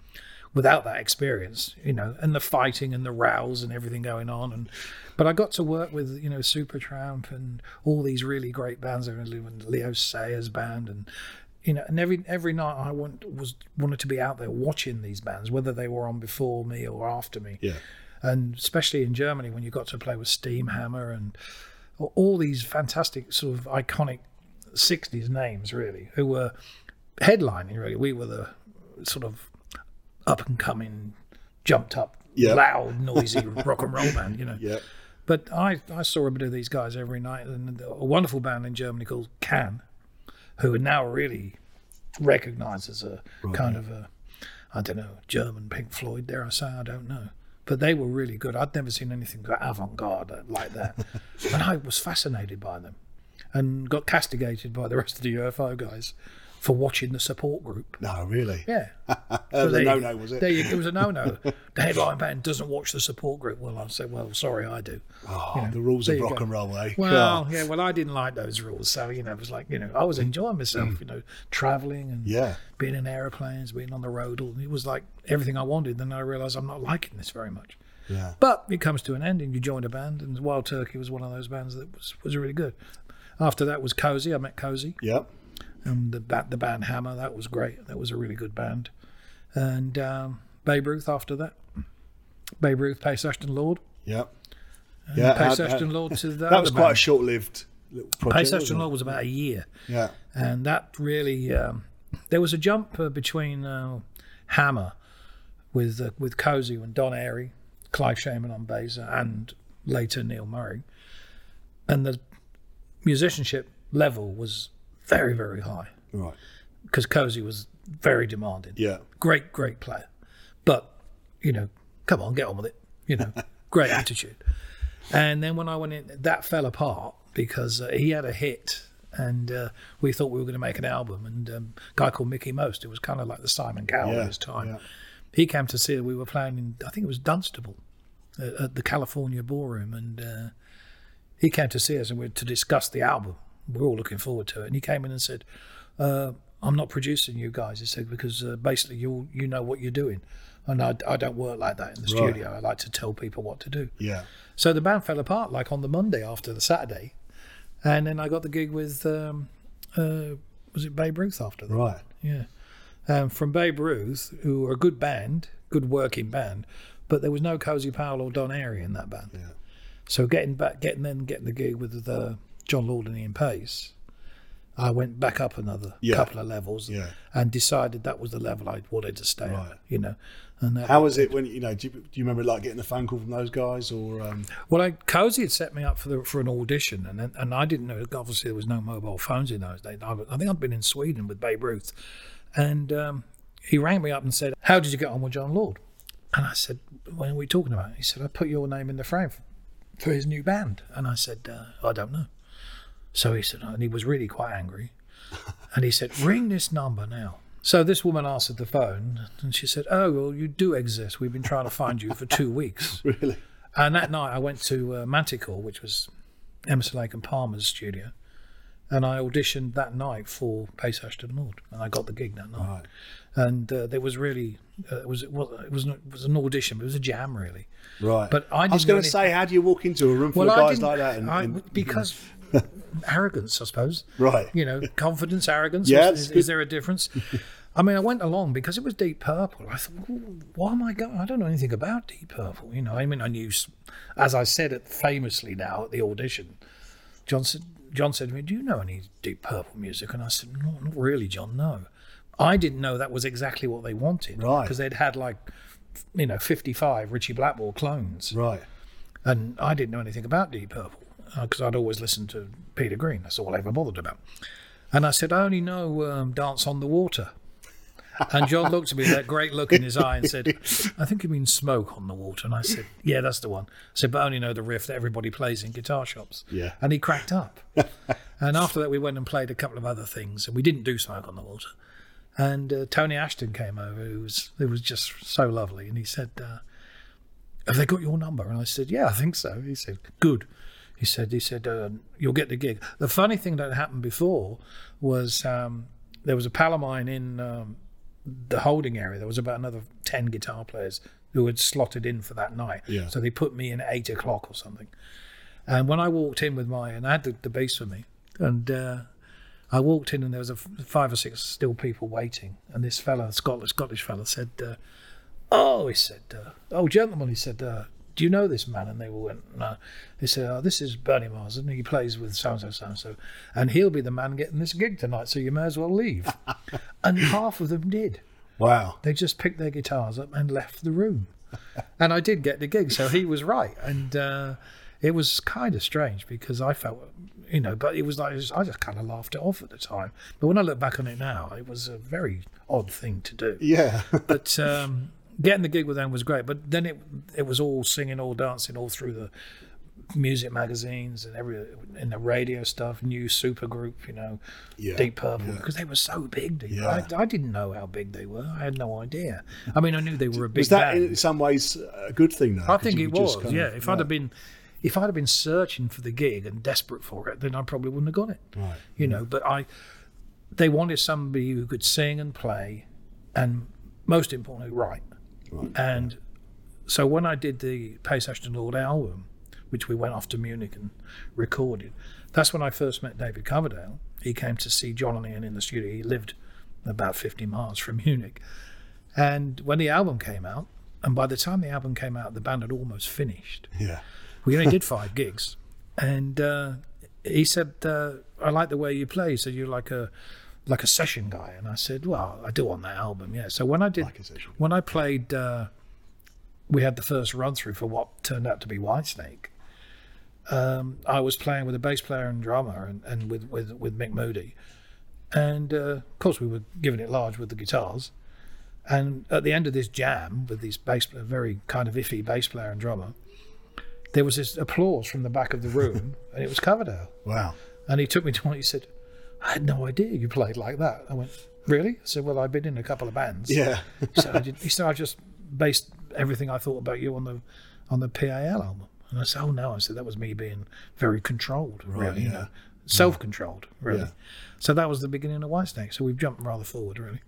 Speaker 1: without that experience, you know, and the fighting and the rows and everything going on, and but I got to work with you know Supertramp and all these really great bands, and Leo Sayer's band and. You know, and every every night I want, was wanted to be out there watching these bands, whether they were on before me or after me
Speaker 2: Yeah.
Speaker 1: and especially in Germany when you got to play with Steam Hammer and all these fantastic sort of iconic 60s names really who were headlining really we were the sort of up and coming jumped up
Speaker 2: Yeah.
Speaker 1: loud noisy rock and roll band you know
Speaker 2: Yep.
Speaker 1: but I, I saw a bit of these guys every night, and a wonderful band in Germany called Can, who are now really recognised as a kind of a, I don't know, German Pink Floyd. Dare I say, I don't know. But they were really good. I'd never seen anything avant-garde like that, and I was fascinated by them, and got castigated by the rest of the UFO guys for watching the support group.
Speaker 2: No, really. (laughs)
Speaker 1: Yeah.
Speaker 2: Uh,
Speaker 1: But
Speaker 2: the
Speaker 1: there you-
Speaker 2: no-no was it?
Speaker 1: There you, it was a
Speaker 2: (laughs)
Speaker 1: no-no. the headline band doesn't watch the support group. Well, I said, well, sorry, I do.
Speaker 2: Oh, the rules
Speaker 1: there
Speaker 2: of
Speaker 1: you
Speaker 2: rock
Speaker 1: go.
Speaker 2: and roll, eh?
Speaker 1: Well,
Speaker 2: God.
Speaker 1: yeah, well, I didn't like those rules, so you know, it was like you know, I was enjoying myself, you know, traveling and
Speaker 2: Mm. Yeah.
Speaker 1: being in airplanes, being on the road. All it was like everything I wanted. Then I realised I'm not liking this very much.
Speaker 2: Yeah.
Speaker 1: But it comes to an end, and you join a band, and Wild Turkey was one of those bands that was was really good. After that was Cozy. I met Cozy
Speaker 2: Yep.
Speaker 1: and Um, the ba- the band Hammer. That was great. That was a really good band. And um, Babe Ruth after that. Babe Ruth, Pace Ashton Lord.
Speaker 2: Yep. Yeah.
Speaker 1: Pace
Speaker 2: and- and-
Speaker 1: Ashton Lord to the
Speaker 2: (laughs) that was
Speaker 1: other
Speaker 2: quite a
Speaker 1: band.
Speaker 2: short-lived little project.
Speaker 1: Pace Ashton
Speaker 2: wasn't
Speaker 1: Lord was about a year.
Speaker 2: it? Yeah.
Speaker 1: and that really um, there was a jump uh, between uh, Hammer with uh, with Cozy and Don Airy, Clive Shaman on bass, uh, and later Neil Murray, and the musicianship level was very very high
Speaker 2: Right.
Speaker 1: because Cozy was very demanding
Speaker 2: Yeah.
Speaker 1: great, great player. But, you know, come on, get on with it. You
Speaker 2: (laughs)
Speaker 1: know, great attitude. And then when I went in, that fell apart because uh, he had a hit and uh, we thought we were going to make an album. And um, a guy called Mickey Most, who was kind of like the Simon Cowell
Speaker 2: Yeah,
Speaker 1: of his time,
Speaker 2: yeah.
Speaker 1: he came to see that we were playing in, I think it was Dunstable uh, at the California Ballroom. And uh, he came to see us and we were to discuss the album. We are all looking forward to it. And he came in and said, uh, I'm not producing you guys, he said, because uh, basically you you know what you're doing. And I, I don't work like that in the
Speaker 2: Right.
Speaker 1: studio. I like to tell people what to do.
Speaker 2: Yeah.
Speaker 1: So the band fell apart like on the Monday after the Saturday. And then I got the gig with, um, uh, was it Babe Ruth after that?
Speaker 2: Right.
Speaker 1: Yeah. Um, from Babe Ruth, who were a good band, good working band, but there was no Cozy Powell or Don Airy in that band.
Speaker 2: Yeah.
Speaker 1: So getting back, getting then getting the gig with the John Lord and Ian Pace, I went back up another
Speaker 2: Yeah.
Speaker 1: couple of levels
Speaker 2: Yeah.
Speaker 1: and decided that was the level I wanted to stay
Speaker 2: Right.
Speaker 1: at. You know, and that,
Speaker 2: How was it when you know? Do you, do you remember like getting a phone call from those guys or? Um, (laughs)
Speaker 1: well, I, Cozy had set me up for the, for an audition, and then, and I didn't know. Obviously, there was no mobile phones in those days. I, I think I'd been in Sweden with Babe Ruth, and um, he rang me up and said, "How did you get on with John Lord?" And I said, "When are we talking about?" He said, "I put your name in the frame for, for his new band? And I said, uh, I don't know. So he said, and he was really quite angry. And he said, ring this number now. So this woman answered the phone and she said, Oh, well, you do exist. We've been trying to find you for two weeks.
Speaker 2: Really?
Speaker 1: And that night I went to uh, Manticore, which was Emerson Lake and Palmer's studio, and I auditioned that night for Pace Ash to the Nord, and I got the gig that night. And uh, there was really uh, it was it was it was, an, it was an audition, but it was a jam really.
Speaker 2: Right.
Speaker 1: But I
Speaker 2: I was
Speaker 1: didn't
Speaker 2: going to
Speaker 1: really-
Speaker 2: say, how do you walk into a room full
Speaker 1: Well,
Speaker 2: of
Speaker 1: I
Speaker 2: guys
Speaker 1: didn't,
Speaker 2: like that? And,
Speaker 1: I- (laughs)
Speaker 2: and-
Speaker 1: because arrogance, I suppose.
Speaker 2: Right.
Speaker 1: You know, confidence, arrogance.
Speaker 2: Yeah,
Speaker 1: is,
Speaker 2: it's
Speaker 1: is there a difference? (laughs) I mean, I went along because it was Deep Purple. I thought, "Ooh, why am I going? I don't know anything about Deep Purple. You know, I mean, I knew, s- as I said it famously now at the audition, John said, John said to me, "Do you know any Deep Purple music?" And I said, "No, not really, John. No, I didn't know that was exactly what they wanted.
Speaker 2: Right.
Speaker 1: Because they'd had like, f- you know, fifty-five Richie Blackmore clones
Speaker 2: right.
Speaker 1: and I didn't know anything about Deep Purple because I'd always listened to Peter Green. That's all I ever bothered about. And I said, I only know um, Dance on the Water. And John looked at me with that great look in his eye and said, I think you mean Smoke on the Water. And I said, Yeah, that's the one. I said, But I only know the riff that everybody plays in guitar shops.
Speaker 2: Yeah.
Speaker 1: And he cracked up. and after that, we went and played a couple of other things, and we didn't do Smoke on the Water. And uh, Tony Ashton came over, who was, who was just so lovely. And he said, uh, have they got your number? And I said, yeah, I think so. He said, good. He said, he said, uh, you'll get the gig. The funny thing that happened before was um, there was a pal of mine in um, the holding area. There was about another 10 guitar players who had slotted in for that night.
Speaker 2: Yeah.
Speaker 1: So they put me in at eight o'clock or something. And when I walked in with my, and I had the, the bass with me, and uh, I walked in and there was a f- five or six still people waiting. And this fella, Scottish, Scottish fella, said, uh, oh, he said, uh, oh, gentlemen, he said, uh, do you know this man? And they all went, no. He said, oh, this is Bernie Mars, and he plays with so-and-so, so-and-so, and he'll be the man getting this gig tonight, so you may as well leave. and half of them did.
Speaker 2: Wow.
Speaker 1: They just picked their guitars up and left the room. and I did get the gig, so he was right. And uh, it was kind of strange because I felt, you know, but it was like, I just kind of laughed it off at the time. But when I look back on it now, it was a very odd thing to do
Speaker 2: Yeah. (laughs)
Speaker 1: but um, getting the gig with them was great. But then it it was all singing, all dancing, all through the music magazines and every and the radio stuff. New supergroup, you know,
Speaker 2: Yeah,
Speaker 1: Deep Purple, because they were so big. Deep.
Speaker 2: Yeah.
Speaker 1: I, I didn't know how big they were. I had no idea. I mean, I knew they were a big
Speaker 2: Is that
Speaker 1: band.
Speaker 2: in some ways a good thing, though?
Speaker 1: I
Speaker 2: 'Cause
Speaker 1: think
Speaker 2: you
Speaker 1: it
Speaker 2: just
Speaker 1: was.
Speaker 2: kind of-
Speaker 1: Yeah, if I'd have been, if I'd have been searching for the gig and desperate for it, then I probably wouldn't have got it.
Speaker 2: Right.
Speaker 1: You know, but I, they wanted somebody who could sing and play, and most importantly, write.
Speaker 2: Right.
Speaker 1: And so when I did the Pace Ashton Lord album, which we went off to Munich and recorded, that's when I first met David Coverdale. He came to see John and Ian in the studio. He lived about 50 miles from Munich. And when the album came out, and by the time the album came out, the band had almost finished.
Speaker 2: Yeah.
Speaker 1: We only
Speaker 2: (laughs)
Speaker 1: did five gigs, and uh, he said, uh, "I like the way you play." He said, "You're like a like a session guy," and I said, "Well, I do on that album, yeah." So when I did,
Speaker 2: a session
Speaker 1: when I played, uh, we had the first run through for what turned out to be Whitesnake. Um, I was playing with a bass player and drummer, and, and with, with with Mick Moody, and uh, of course we were giving it large with the guitars. And at the end of this jam with these bass, a very kind of iffy bass player and drummer, there was this applause from the back of the room, and it was Coverdale.
Speaker 2: Wow.
Speaker 1: And he took me to one. He said, "I had no idea you played like that." I went, "Really?" I said, "Well, I've been in a couple of bands." (laughs)
Speaker 2: Yeah.
Speaker 1: He said, I did, "He said I just based everything I thought about you on the on the PAL album." And I said, "Oh no," I said, "That was me being very controlled, really, you
Speaker 2: yeah.
Speaker 1: know, self-controlled, really."
Speaker 2: Yeah.
Speaker 1: So that was the beginning of Whitesnake. So we've jumped rather forward, really.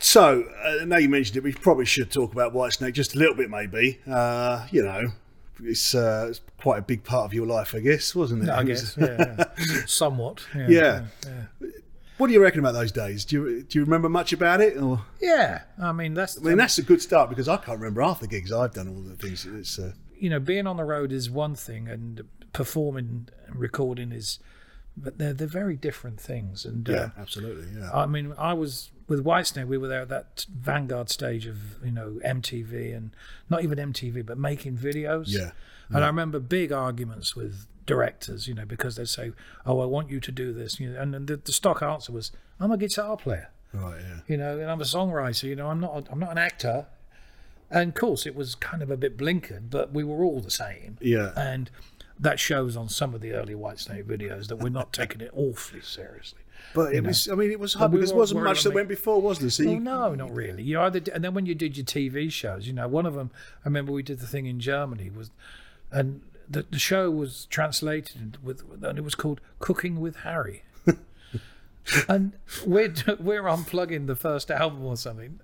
Speaker 2: So, uh, now you mentioned it, we probably should talk about Whitesnake just a little bit, maybe. Uh, you know, it's, uh, it's quite a big part of your life, I guess, wasn't it?
Speaker 1: I
Speaker 2: (laughs) It was-
Speaker 1: guess, yeah, yeah. somewhat.
Speaker 2: Yeah. What do you reckon about those days? Do you, do you remember much about it? Or?
Speaker 1: Yeah, I mean that's
Speaker 2: I mean, that's a good start because I can't remember half the gigs I've done, all the things. It's, uh,
Speaker 1: you know, being on the road is one thing, and performing and recording is, but they're they're very different things. And
Speaker 2: yeah, absolutely. Yeah.
Speaker 1: uh, I mean, I was with Whitesnake. We were there at that vanguard stage of you know MTV and not even MTV, but making videos.
Speaker 2: Yeah,
Speaker 1: And I remember big arguments with directors, you know, because they say, "Oh, I want you to do this," you know, and, and the, the stock answer was, "I'm a guitar player."
Speaker 2: right, yeah.
Speaker 1: you know, and I'm a songwriter, you know, I'm not I'm not an actor. And of course, it was kind of a bit blinkered, but we were all the same.
Speaker 2: Yeah.
Speaker 1: And that shows on some of the early Whitesnake videos that we're not taking it awfully seriously.
Speaker 2: But it was, I mean, it was hard
Speaker 1: we
Speaker 2: because there
Speaker 1: weren't
Speaker 2: wasn't
Speaker 1: worried
Speaker 2: much that
Speaker 1: about
Speaker 2: went before, was there? So
Speaker 1: Well,
Speaker 2: you,
Speaker 1: no, not really. You either, did, and then when you did your TV shows, you know, one of them, I remember we did the thing in Germany was, and the, the show was translated with, and it was called Cooking with Harry. and we're we're unplugging the first album or something,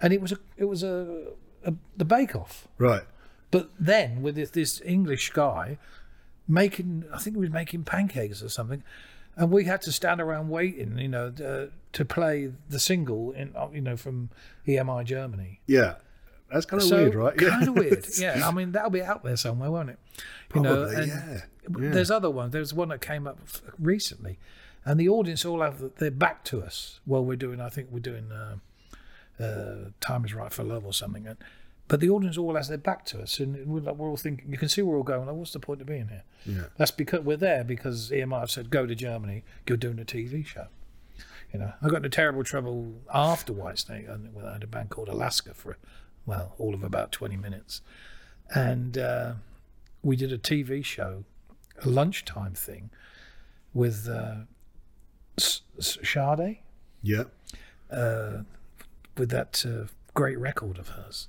Speaker 1: and it was a it was a, a the Bake Off.
Speaker 2: right.
Speaker 1: But then with this, this English guy making, I think he was making pancakes or something, and we had to stand around waiting, you know, uh, to play the single in, uh, you know, from EMI Germany.
Speaker 2: Yeah. That's kind of
Speaker 1: So
Speaker 2: weird, right? (laughs)
Speaker 1: kind of weird. Yeah, I mean that'll be out there somewhere, won't it? You
Speaker 2: Probably,
Speaker 1: and
Speaker 2: yeah.
Speaker 1: There's other ones. There's one that came up f- recently, and the audience all have their back to us while we're doing. I think we're doing uh, uh, "Time Is Right for Love" or something. And, but the audience all has their back to us, and we're, like, we're all thinking. You can see we're all going. Like, What's the point of being here?
Speaker 2: Yeah.
Speaker 1: That's because we're there because EMI have said go to Germany. You're doing a TV show. You know, I got into terrible trouble after Whitesnake. I think, well, I had a band called Alaska for, well, all of about 20 minutes. And uh, we did a TV show, a lunchtime thing with uh, S- S- Sade,
Speaker 2: yeah.
Speaker 1: with that uh, great record of hers.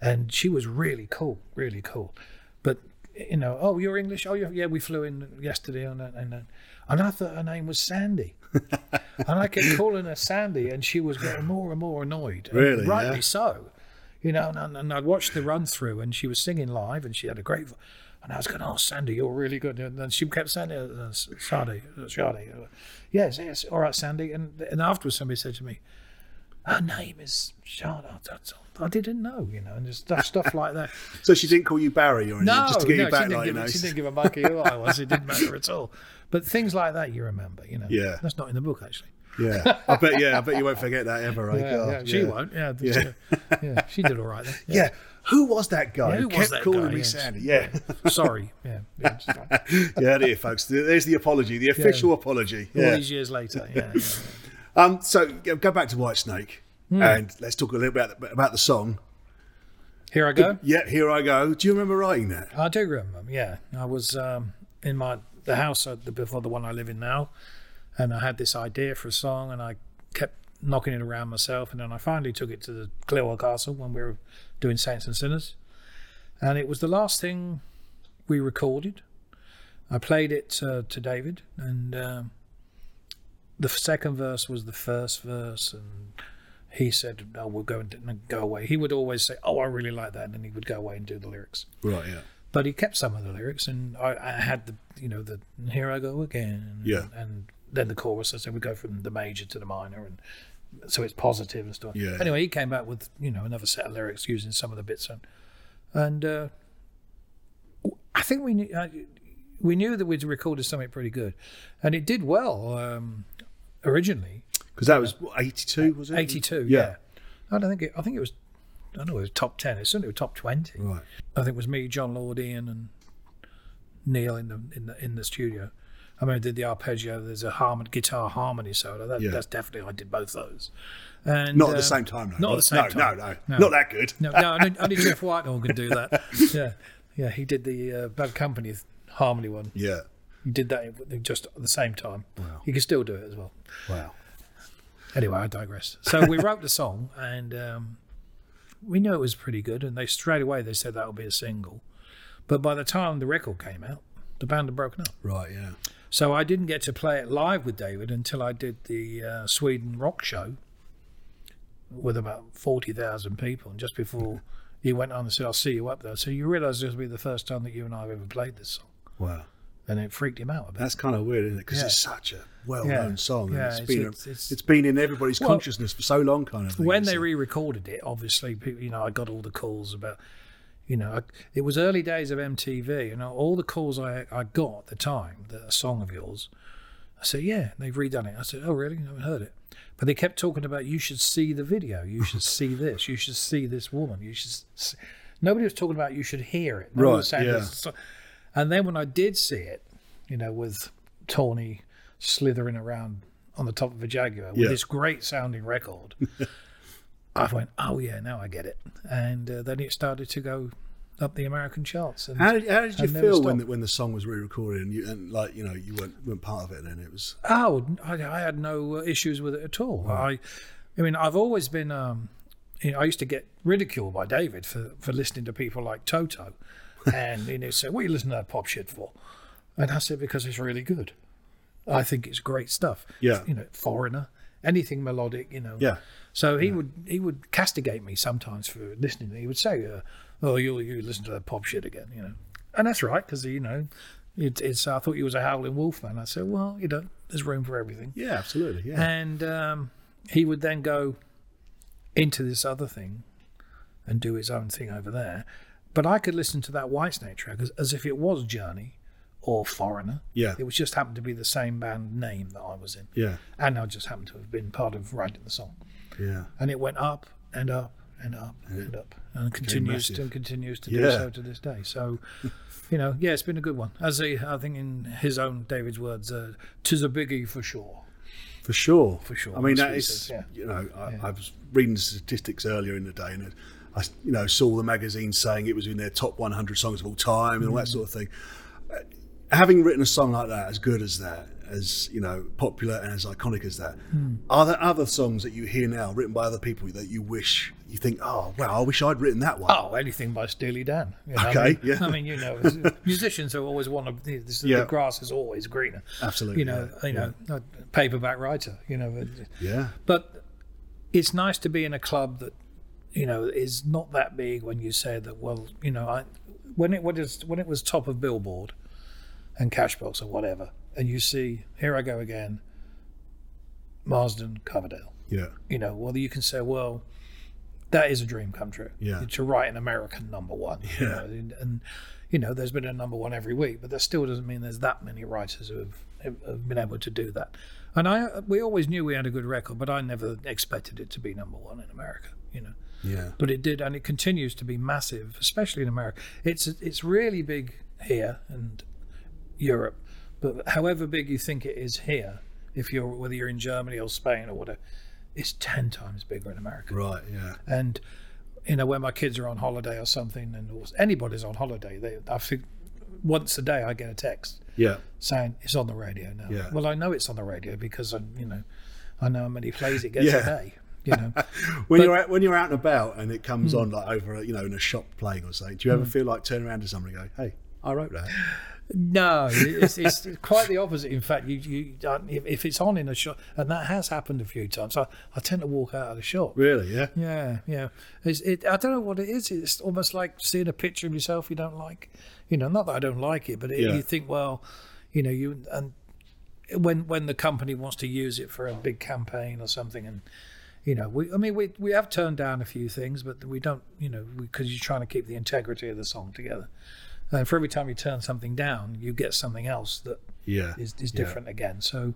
Speaker 1: And she was really cool, really cool. But, you know, oh, you're English? Oh, you're, yeah, we flew in yesterday. And, and, and, and I thought her name was
Speaker 2: (laughs)
Speaker 1: Sandy. and I kept calling her Sandy, and she was getting more and more annoyed. and
Speaker 2: Really,
Speaker 1: rightly
Speaker 2: yeah?
Speaker 1: so. You know, and, and, and I watched the run through, and she was singing live, and she had a great. vo- And I was going, "Oh, Sandy, you're really good." And then she kept saying, uh, uh, "Sandy, uh, Sandy, uh, yes, yes, all right, Sandy." And and afterwards, somebody said to me, "Her name is Sandy." I didn't know, you know, and just
Speaker 2: (laughs)
Speaker 1: stuff, stuff like that.
Speaker 2: So she didn't call you Barry or anything,
Speaker 1: No,
Speaker 2: just to get
Speaker 1: no,
Speaker 2: you
Speaker 1: she,
Speaker 2: back,
Speaker 1: didn't
Speaker 2: like, you
Speaker 1: give,
Speaker 2: know.
Speaker 1: a- she didn't give a monkey who I was. It didn't matter at all. But things like that, you remember, you know.
Speaker 2: Yeah.
Speaker 1: that's not in the book actually.
Speaker 2: (laughs) Yeah.
Speaker 1: (laughs)
Speaker 2: I bet, yeah, I bet you won't forget that ever, eh? right?
Speaker 1: Yeah,
Speaker 2: God,
Speaker 1: yeah, she won't. Yeah, she-
Speaker 2: Yeah.
Speaker 1: yeah, she did all right. Then.
Speaker 2: (laughs) Yeah. Who was that guy
Speaker 1: Yeah, who
Speaker 2: who
Speaker 1: was
Speaker 2: kept
Speaker 1: that
Speaker 2: calling
Speaker 1: guy?
Speaker 2: me
Speaker 1: Yes.
Speaker 2: Sandy? Yeah.
Speaker 1: Sorry. Yeah. yeah, just like-
Speaker 2: (laughs) yeah, there, folks. There's the apology, the official apology.
Speaker 1: All
Speaker 2: Yeah.
Speaker 1: these years later. Yeah. yeah.
Speaker 2: Um, so go go back to White Snake,
Speaker 1: Hmm.
Speaker 2: and let's talk a little bit about the, about the song.
Speaker 1: Here I go.
Speaker 2: Yeah, here I go. Do you remember writing that?
Speaker 1: I do remember. Yeah, I was um, in my the house I- the- before the one I live in now, and I had this idea for a song, and I kept knocking it around myself, and then I finally took it to the Clearwell Castle when we were doing Saints and Sinners, and it was the last thing we recorded. I played it uh, to David, and um, the second verse was the first verse, and he said, "No, we'll go and go away." He would always say, "Oh, I really like that," and then he would go away and do the lyrics
Speaker 2: Right. Yeah.
Speaker 1: but he kept some of the lyrics, and I, I had the you know the here I go again,
Speaker 2: Yeah.
Speaker 1: and then the chorus. So we go from the major to the minor, and so it's positive and stuff.
Speaker 2: Yeah.
Speaker 1: Anyway, he came back with you know another set of lyrics using some of the bits, and and uh, I think we knew I, we knew that we'd recorded something pretty good, and it did well um, originally.
Speaker 2: Because that was what, 82, was it?
Speaker 1: 82.
Speaker 2: Mm-hmm. Yeah.
Speaker 1: Yeah. I don't think it, I think it was. I don't know. It was top ten. It certainly was top twenty.
Speaker 2: Right.
Speaker 1: I think it was me, John Lord, Ian, and Neil in the in the in the studio. I mean, I did the arpeggio. There's a harmon, guitar harmony solo. That,
Speaker 2: Yeah.
Speaker 1: That's definitely I did both those. And
Speaker 2: Not at
Speaker 1: um,
Speaker 2: the same time, though.
Speaker 1: Not at the same
Speaker 2: no,
Speaker 1: time.
Speaker 2: No, no,
Speaker 1: No.
Speaker 2: Not that good.
Speaker 1: No, no, only, only Jeff Whitehall could do
Speaker 2: (laughs)
Speaker 1: that. Yeah, yeah, he did the uh, Bad Company th- harmony one.
Speaker 2: Yeah.
Speaker 1: He did that at- just at the same time. Wow. He could still do it as well.
Speaker 2: Wow.
Speaker 1: Anyway, I digress. So
Speaker 2: (laughs)
Speaker 1: we wrote the song, and um, we knew it was pretty good. And they straight away they said that will be a single. But by the time the record came out, the band had broken up.
Speaker 2: Right. Yeah.
Speaker 1: So I didn't get to play it live with David until I did the uh, Sweden rock show with about 40,000 people. And just before he went on and said, I'll see you up there. So you realise this will be the first time that you and I have ever played this song.
Speaker 2: Wow.
Speaker 1: And it freaked him out a bit.
Speaker 2: That's kind of weird, isn't it? Because
Speaker 1: Yeah.
Speaker 2: it's such a well-known
Speaker 1: Yeah.
Speaker 2: song.
Speaker 1: Yeah,
Speaker 2: and it's
Speaker 1: it's-
Speaker 2: been
Speaker 1: it's- it's-
Speaker 2: it's been in everybody's consciousness for so long, kind of. Thing,
Speaker 1: when
Speaker 2: isn't
Speaker 1: they
Speaker 2: it?
Speaker 1: re-recorded it, obviously, people, you know, I got all the calls about, you know, I, it was early days of MTV, and all the calls I, I got at the time, the song of yours, I said, yeah, they've redone it. I said, oh, really? I haven't heard it. But they kept talking about you should see the video,
Speaker 2: (laughs)
Speaker 1: you should see this, you should see this woman, you should. See. Nobody was talking about you should hear it. Nobody was
Speaker 2: Right,
Speaker 1: saying
Speaker 2: yeah.
Speaker 1: this so- And then when I did see it, you know, with Tawny slithering around on the top of a Jaguar with
Speaker 2: Yeah.
Speaker 1: this great sounding
Speaker 2: (laughs)
Speaker 1: record, I went, oh yeah, now I get it. And uh, then it started to go. up the American charts. And
Speaker 2: How did, how did you
Speaker 1: and never
Speaker 2: feel when
Speaker 1: stopped.
Speaker 2: the, when the song was re-recorded and you and like you know you weren't, weren't part of it then it was
Speaker 1: Oh, I, I had no uh, issues with it at all. I, I mean, I've always been. Um, you know, I used to get ridiculed by David for, for listening to people like
Speaker 2: (laughs)
Speaker 1: Toto, and he would say, "What are you listening to that pop shit for?" And I said, "Because it's really good. I think it's great stuff.
Speaker 2: Yeah.
Speaker 1: you know, Foreigner, anything melodic. You know,
Speaker 2: Yeah.
Speaker 1: So he would he would castigate me sometimes for listening. He would say, uh, "Oh, you you listen to that pop shit again," you know, and that's right because you know, it, it's I thought you was a howling wolf man. I said, "Well, you know, there's room for everything."
Speaker 2: yeah absolutely yeah
Speaker 1: And um, he would then go into this other thing and do his own thing over there. But I could listen to that Whitesnake track as, as if it was Journey or Foreigner.
Speaker 2: Yeah.
Speaker 1: it was just happened to be the same band name that I was in,
Speaker 2: yeah
Speaker 1: and I just happened to have been part of writing the song
Speaker 2: yeah
Speaker 1: and it went up and up and up and up and continues
Speaker 2: massive.
Speaker 1: to, and continues to do
Speaker 2: Yeah.
Speaker 1: so to this day.
Speaker 2: (laughs)
Speaker 1: So, you know, yeah, it's been a good one. As he, I think, in his own David's words, uh, "Tis a biggie for sure."
Speaker 2: for sure
Speaker 1: For sure,
Speaker 2: I mean
Speaker 1: that's
Speaker 2: that
Speaker 1: what he
Speaker 2: is
Speaker 1: says, yeah.
Speaker 2: you know I, I was reading statistics earlier in the day and I you know saw the magazine saying it was in their top 100 songs of all time and all
Speaker 1: Mm.
Speaker 2: that sort of thing Uh, having written a song like that, as good as that, as you know, popular and as iconic as that,
Speaker 1: Mm.
Speaker 2: are there other songs that you hear now written by other people that you wish you think, oh wow, I wish I'd written that one?
Speaker 1: Oh, anything by Steely Dan. you know, I
Speaker 2: Okay,
Speaker 1: mean,
Speaker 2: yeah.
Speaker 1: I mean, you know,
Speaker 2: (laughs)
Speaker 1: it's- musicians are always one of the, this,
Speaker 2: Yeah.
Speaker 1: the grass is always greener.
Speaker 2: Absolutely,
Speaker 1: You know, you know, a paperback writer. You know, and-
Speaker 2: Yeah,
Speaker 1: but it's nice to be in a club that you know is not that big when you say that well you know I, when it was when it was top of billboard and cashbox or whatever and you see here i go again marsden coverdale
Speaker 2: yeah,
Speaker 1: you know whether you can say well that is a dream come true
Speaker 2: Yeah.
Speaker 1: to write an american number one you
Speaker 2: Yeah.
Speaker 1: know, and, and you know there's been a number one every week but that still doesn't mean there's that many writers who have, have- have been able to do that and i we always knew we had a good record but i never expected it to be number one in america you know
Speaker 2: yeah,
Speaker 1: but it did and it continues to be massive especially in america it's it's really big here and europe but however big you think it is here if you're whether you're in germany or spain or whatever it's 10 times bigger in america
Speaker 2: right, yeah,
Speaker 1: and you know when my kids are on holiday or something and or anybody's on holiday they i think once a day i get a text
Speaker 2: yeah,
Speaker 1: saying it's on the radio now.
Speaker 2: Yeah.
Speaker 1: Well, I know it's on the radio because I, you know, I know how many plays it gets
Speaker 2: Yeah.
Speaker 1: a day. You know,
Speaker 2: When you're out, when you're out and about and it
Speaker 1: Hmm.
Speaker 2: comes on like over a- you know in a shop playing or something, do you ever feel like turn around to someone and go, hey, I wrote that?
Speaker 1: (gasps) No, it's, it's quite the opposite. In fact, you, you if, if it's on in a shop, and that has happened a few times, I, I tend to walk out of the shop.
Speaker 2: Really? Yeah.
Speaker 1: Yeah, yeah. It's, it, I don't know what it is. It's almost like seeing a picture of yourself you don't like. You know, not that I don't like it, but it,
Speaker 2: Yeah.
Speaker 1: you think, well, you know, you and when when the company wants to use it for a big campaign or something, and you know, we I mean, we we have turned down a few things, but we don't, you know, because you're trying to keep the integrity of the song together. And for every time you turn something down, you get something else that
Speaker 2: Yeah.
Speaker 1: is, is
Speaker 2: Yeah.
Speaker 1: different again. So,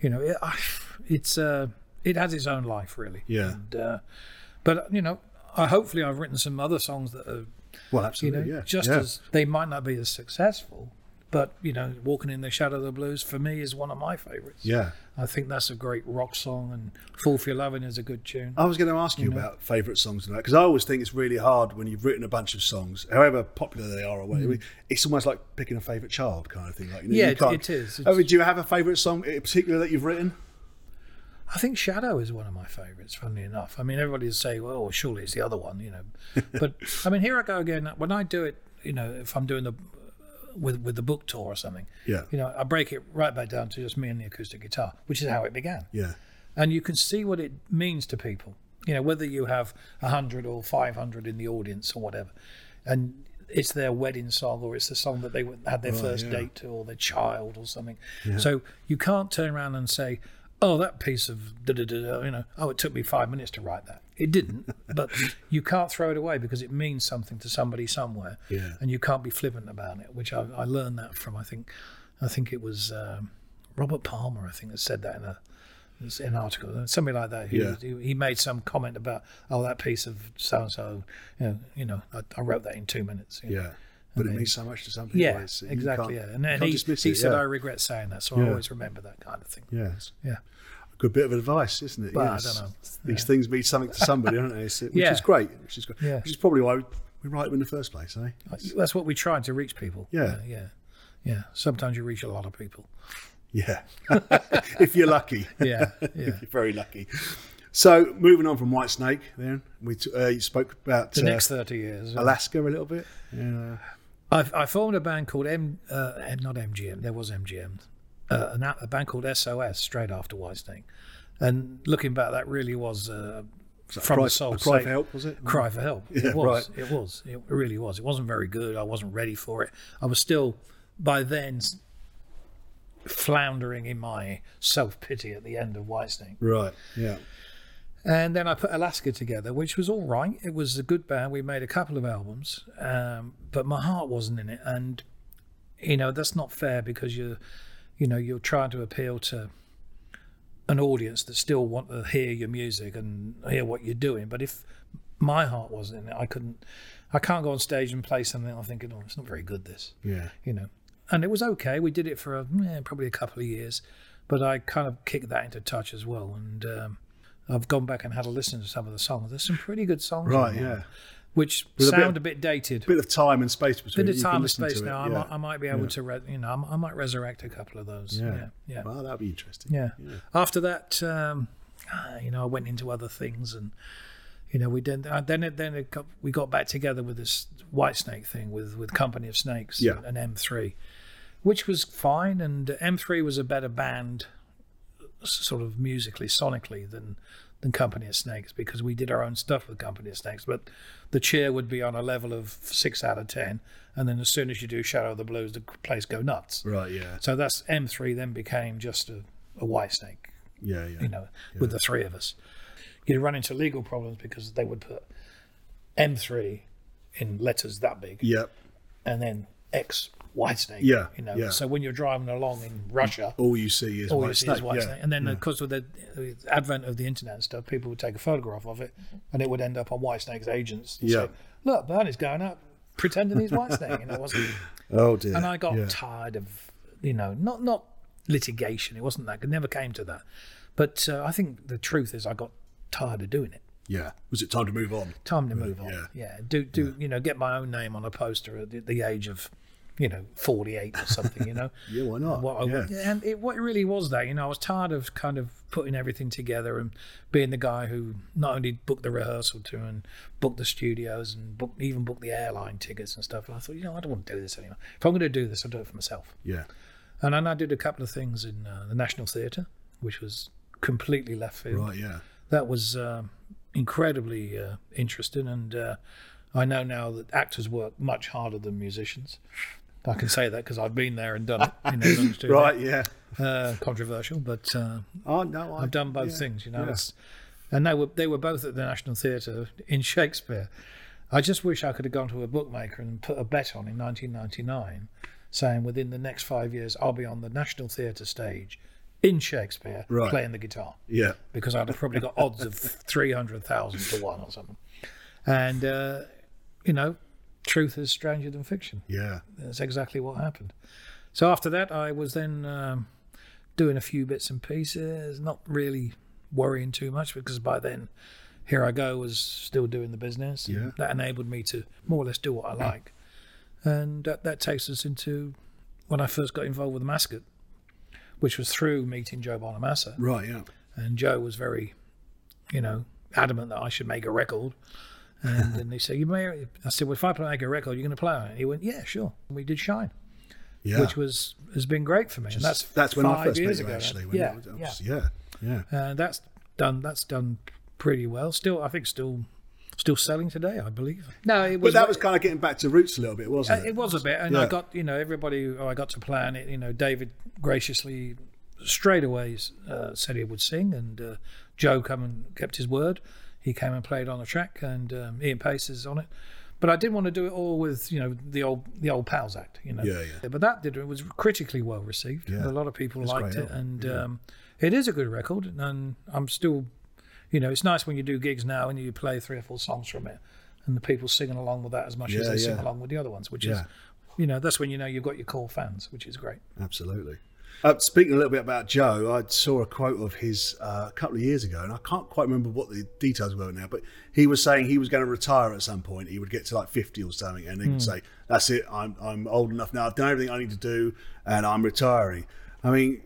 Speaker 1: you know, it, it's uh, it has its own life really.
Speaker 2: Yeah.
Speaker 1: And, uh, but you know, I hopefully I've written some other songs that are you
Speaker 2: Well,
Speaker 1: know
Speaker 2: absolutely. yeah.
Speaker 1: just
Speaker 2: yeah.
Speaker 1: as they might not be as successful, but you know, walking in the shadow of the blues for me is one of my favorites.
Speaker 2: yeah.
Speaker 1: I think that's a great rock song, and "Fall for Your Loving" is a good tune.
Speaker 2: I was going to ask you about favourite songs and that because I always think it's really hard when you've written a bunch of songs, however popular they are or whatever. It's almost like picking a favourite child kind of thing. Like, you know,
Speaker 1: Hmm. Yeah,
Speaker 2: you
Speaker 1: it-
Speaker 2: can't-
Speaker 1: it is.
Speaker 2: I mean, do you have a favourite song in particular that you've written?
Speaker 1: I think Shadow is one of my favourites, funnily enough. I mean, everybody would say, well, surely it's the other one, you know. But I mean, here I go again. When I do it, you know, if I'm doing the with with the book tour or something,
Speaker 2: Yeah.
Speaker 1: you know, I break it right back down to just me and the acoustic guitar, which is how it began.
Speaker 2: Yeah,
Speaker 1: And you can see what it means to people. You know, whether you have hundred or five hundred in the audience or whatever, and it's their wedding song or it's the song that they had their first
Speaker 2: Oh, yeah.
Speaker 1: date to or their child or something. So you can't turn around and say, "Oh, that piece of da da da," da," you know, "Oh, it took me five minutes to write that." It didn't, (laughs) but you can't throw it away because it means something to somebody somewhere,
Speaker 2: Yeah.
Speaker 1: and you can't be flippant about it. Which I, I learned that from. I think, I think it was um, Robert Palmer. I think that said that in a it's an article, uh, something like that. He,
Speaker 2: Yeah.
Speaker 1: he, he made some comment about, oh, that piece of so and so, you know, you know I, I wrote that in two minutes. you know.
Speaker 2: yeah. But it means so much to some people.
Speaker 1: Yeah,
Speaker 2: it's- you
Speaker 1: exactly. Yeah.
Speaker 2: can't-
Speaker 1: And,
Speaker 2: you
Speaker 1: and
Speaker 2: can't
Speaker 1: he,
Speaker 2: dismiss
Speaker 1: he
Speaker 2: it,
Speaker 1: said,
Speaker 2: yeah.
Speaker 1: I regret saying that, so I always remember that kind of thing.
Speaker 2: yeah, it's
Speaker 1: Yeah.
Speaker 2: a good bit of advice, isn't it?
Speaker 1: But I
Speaker 2: Yes.
Speaker 1: don't know. (laughs)
Speaker 2: These things mean something to somebody, don't they? It's- Which
Speaker 1: Yeah.
Speaker 2: is great. Which is great.
Speaker 1: Yeah. Oh.
Speaker 2: Which is probably why we write them in the first place, eh?
Speaker 1: That's what we tried to reach people.
Speaker 2: Yeah.
Speaker 1: yeah, yeah. Sometimes you reach a lot of
Speaker 2: (laughs)
Speaker 1: people.
Speaker 2: Yeah. if you're lucky.
Speaker 1: Yeah, (laughs) yeah.
Speaker 2: (laughs) if you're very lucky. So moving on from White Snake, then we t- uh, you spoke about
Speaker 1: The
Speaker 2: uh,
Speaker 1: next thirty years.
Speaker 2: Alaska a little bit. Yeah.
Speaker 1: I, I formed a band called M, uh, eh, not MGM. There was MGM, uh, an, a band called SOS straight after White Snake. And looking back, that really was uh, from
Speaker 2: cry,
Speaker 1: the soul.
Speaker 2: a cry
Speaker 1: say-
Speaker 2: for help was it?
Speaker 1: Cry for
Speaker 2: (laughs)
Speaker 1: help. it was. It was. It really was. It wasn't very good. I wasn't ready for it. I was still, by then, s- floundering in my self pity at the end of White Snake.
Speaker 2: Right. Yeah.
Speaker 1: And then I put Alaska together, which was all right. It was a good band. We made a couple of albums, um, but my heart wasn't in it. And you know that's not fair because you're, you know, you're trying to appeal to an audience that still want to hear your music and hear what you're doing. But if my heart wasn't in it, I couldn't. I can't go on stage and play something. I'm thinking, oh, it's not very good. This
Speaker 2: Yeah.
Speaker 1: you know. And it was okay. We did it for a, eh, probably a couple of years, but I kind of kicked that into touch as well. And um, I've gone back and had a listen to some of the songs. There's some pretty good songs, on
Speaker 2: Right.
Speaker 1: there,
Speaker 2: Yeah.
Speaker 1: which
Speaker 2: a bit
Speaker 1: sound
Speaker 2: of-
Speaker 1: a bit dated.
Speaker 2: Bit of time and space
Speaker 1: Bit
Speaker 2: between.
Speaker 1: of
Speaker 2: you can
Speaker 1: time and
Speaker 2: listen to
Speaker 1: space
Speaker 2: it,
Speaker 1: now. I,
Speaker 2: yeah.
Speaker 1: might, I might be able to, re- you know, I'm- I might resurrect a couple of those. Yeah, yeah, yeah.
Speaker 2: Well, that'd be interesting.
Speaker 1: After that, um, ah, you know, I went into other things, and you know, we didn't. uh, Then, it, then it got, we got back together with this White Snake thing with with Company of Snakes
Speaker 2: Yeah.
Speaker 1: and M3, which was fine. And M3 was a better band, s- sort of musically, sonically, than than Company of Snakes because we did our own stuff with Company of Snakes. But the cheer would be on a level of six out of ten, and then as soon as you do Shadow of the Blues, the place go nuts.
Speaker 2: Right. Yeah.
Speaker 1: So that's M3 then became just a, a White Snake
Speaker 2: Yeah. Yeah.
Speaker 1: you know, with the three of us. You'd run into legal problems because they would put M3 in letters that big
Speaker 2: Yep.
Speaker 1: and then X White Snake.
Speaker 2: Yeah,
Speaker 1: You know,
Speaker 2: yeah.
Speaker 1: so when you're driving along in Russia,
Speaker 2: All you see is
Speaker 1: all
Speaker 2: white
Speaker 1: you see
Speaker 2: snake.
Speaker 1: is White
Speaker 2: yeah.
Speaker 1: Snake. And then, of course, with the, the advent of the internet and stuff, people would take a photograph of it and it would end up on White Snake's agents. and
Speaker 2: Yeah.
Speaker 1: say, Look, Bernie's going up pretending he's White Snake. You know, wasn't he?
Speaker 2: Oh dear.
Speaker 1: and I got
Speaker 2: yeah.
Speaker 1: tired of you know not not litigation. It wasn't that. It never came to that. But uh, I think the truth is I got tired of doing it.
Speaker 2: yeah. Was it time to move on?
Speaker 1: Time to move on.
Speaker 2: yeah.
Speaker 1: Yeah. Do do you know get my own name on a poster at the, the age of you know 48 or something you know
Speaker 2: (laughs) Yeah, why not?
Speaker 1: what I
Speaker 2: Yeah.
Speaker 1: would- and it what it really was that you know I was tired of kind of putting everything together and being the guy who not only booked the rehearsal to and booked the studios and booked even booked the airline tickets and stuff and I thought you know I don't want to do this anymore if I'm going to do this I'll do it for myself
Speaker 2: Yeah.
Speaker 1: and then I did a couple of things in uh, the National Theatre, which was completely left field.
Speaker 2: Right. Yeah.
Speaker 1: That was um incredibly uh, interesting, and uh, I know now that actors work much harder than musicians. I can say that because I've been there and done it. You know, don't do that.
Speaker 2: (laughs) Right. Yeah.
Speaker 1: Uh, controversial, but uh,
Speaker 2: Oh no. I,
Speaker 1: I've done both
Speaker 2: yeah.
Speaker 1: things. You know,
Speaker 2: yeah.
Speaker 1: It's- and they were they were both at the National Theatre in Shakespeare. I just wish I could have gone to a bookmaker and put a bet on in 1999, saying within the next five years I'll be on the National Theatre stage in Shakespeare
Speaker 2: Right.
Speaker 1: playing the guitar
Speaker 2: Yeah.
Speaker 1: because I'd have probably got odds
Speaker 2: (laughs)
Speaker 1: of 300,000 to one or something. And uh, you know, truth is stranger than fiction.
Speaker 2: Yeah.
Speaker 1: That's exactly what happened. So after that, I was then um, doing a few bits and pieces, not really worrying too much because by then, here I go was still doing the business. and
Speaker 2: Yeah.
Speaker 1: That enabled me to more or less do what I like, and that, that takes us into when I first got involved with the Mascot, which was through meeting Joe Bonamassa,
Speaker 2: Right. Yeah.
Speaker 1: and Joe was very, you know, adamant that I should make a record. And then they said, "You may." I said, "Well, if I make a record, you're going to play on it." He went, "Yeah, sure." And we did Shine,
Speaker 2: Yeah.
Speaker 1: which was has been great for me. and that's
Speaker 2: that's when
Speaker 1: five
Speaker 2: I first met
Speaker 1: years
Speaker 2: you,
Speaker 1: ago.
Speaker 2: actually.
Speaker 1: now.
Speaker 2: When
Speaker 1: yeah,
Speaker 2: it
Speaker 1: yeah.
Speaker 2: was- yeah. Yeah.
Speaker 1: And that's done. That's done pretty well. Still, I think still, still selling today. I believe. No, it
Speaker 2: But
Speaker 1: was.
Speaker 2: that was kind of getting back to roots a little bit, wasn't
Speaker 1: Uh, it
Speaker 2: it?
Speaker 1: was a bit, and
Speaker 2: Yeah.
Speaker 1: I got you know everybody who I got to play on it. You know, David graciously straight away uh, said he would sing, and uh, Joe come and kept his word. He came and played on the track, and um, Ian Pace is on it. But I didn't want to do it all with you know the old the old pals act, you know.
Speaker 2: Yeah, yeah.
Speaker 1: But that did it was critically well received.
Speaker 2: Yeah.
Speaker 1: A lot of people liked
Speaker 2: great
Speaker 1: it, and um, it is a good record. And I'm still, you know, it's nice when you do gigs now and you play three or four songs from it, and the people singing along with that as much as
Speaker 2: Yeah,
Speaker 1: they sing
Speaker 2: yeah.
Speaker 1: along with the other ones, which
Speaker 2: Yeah.
Speaker 1: is, you know, that's when you know you've got your core fans, which is great.
Speaker 2: Absolutely. Uh, speaking a little bit about Joe, I saw a quote of his uh, a couple of years ago, and I can't quite remember what the details were now, but he was saying he was going to retire at some point. He would get to like 50 or something, and he would say, That's it, I'm, I'm old enough now, I've done everything I need to do, and I'm retiring. I mean,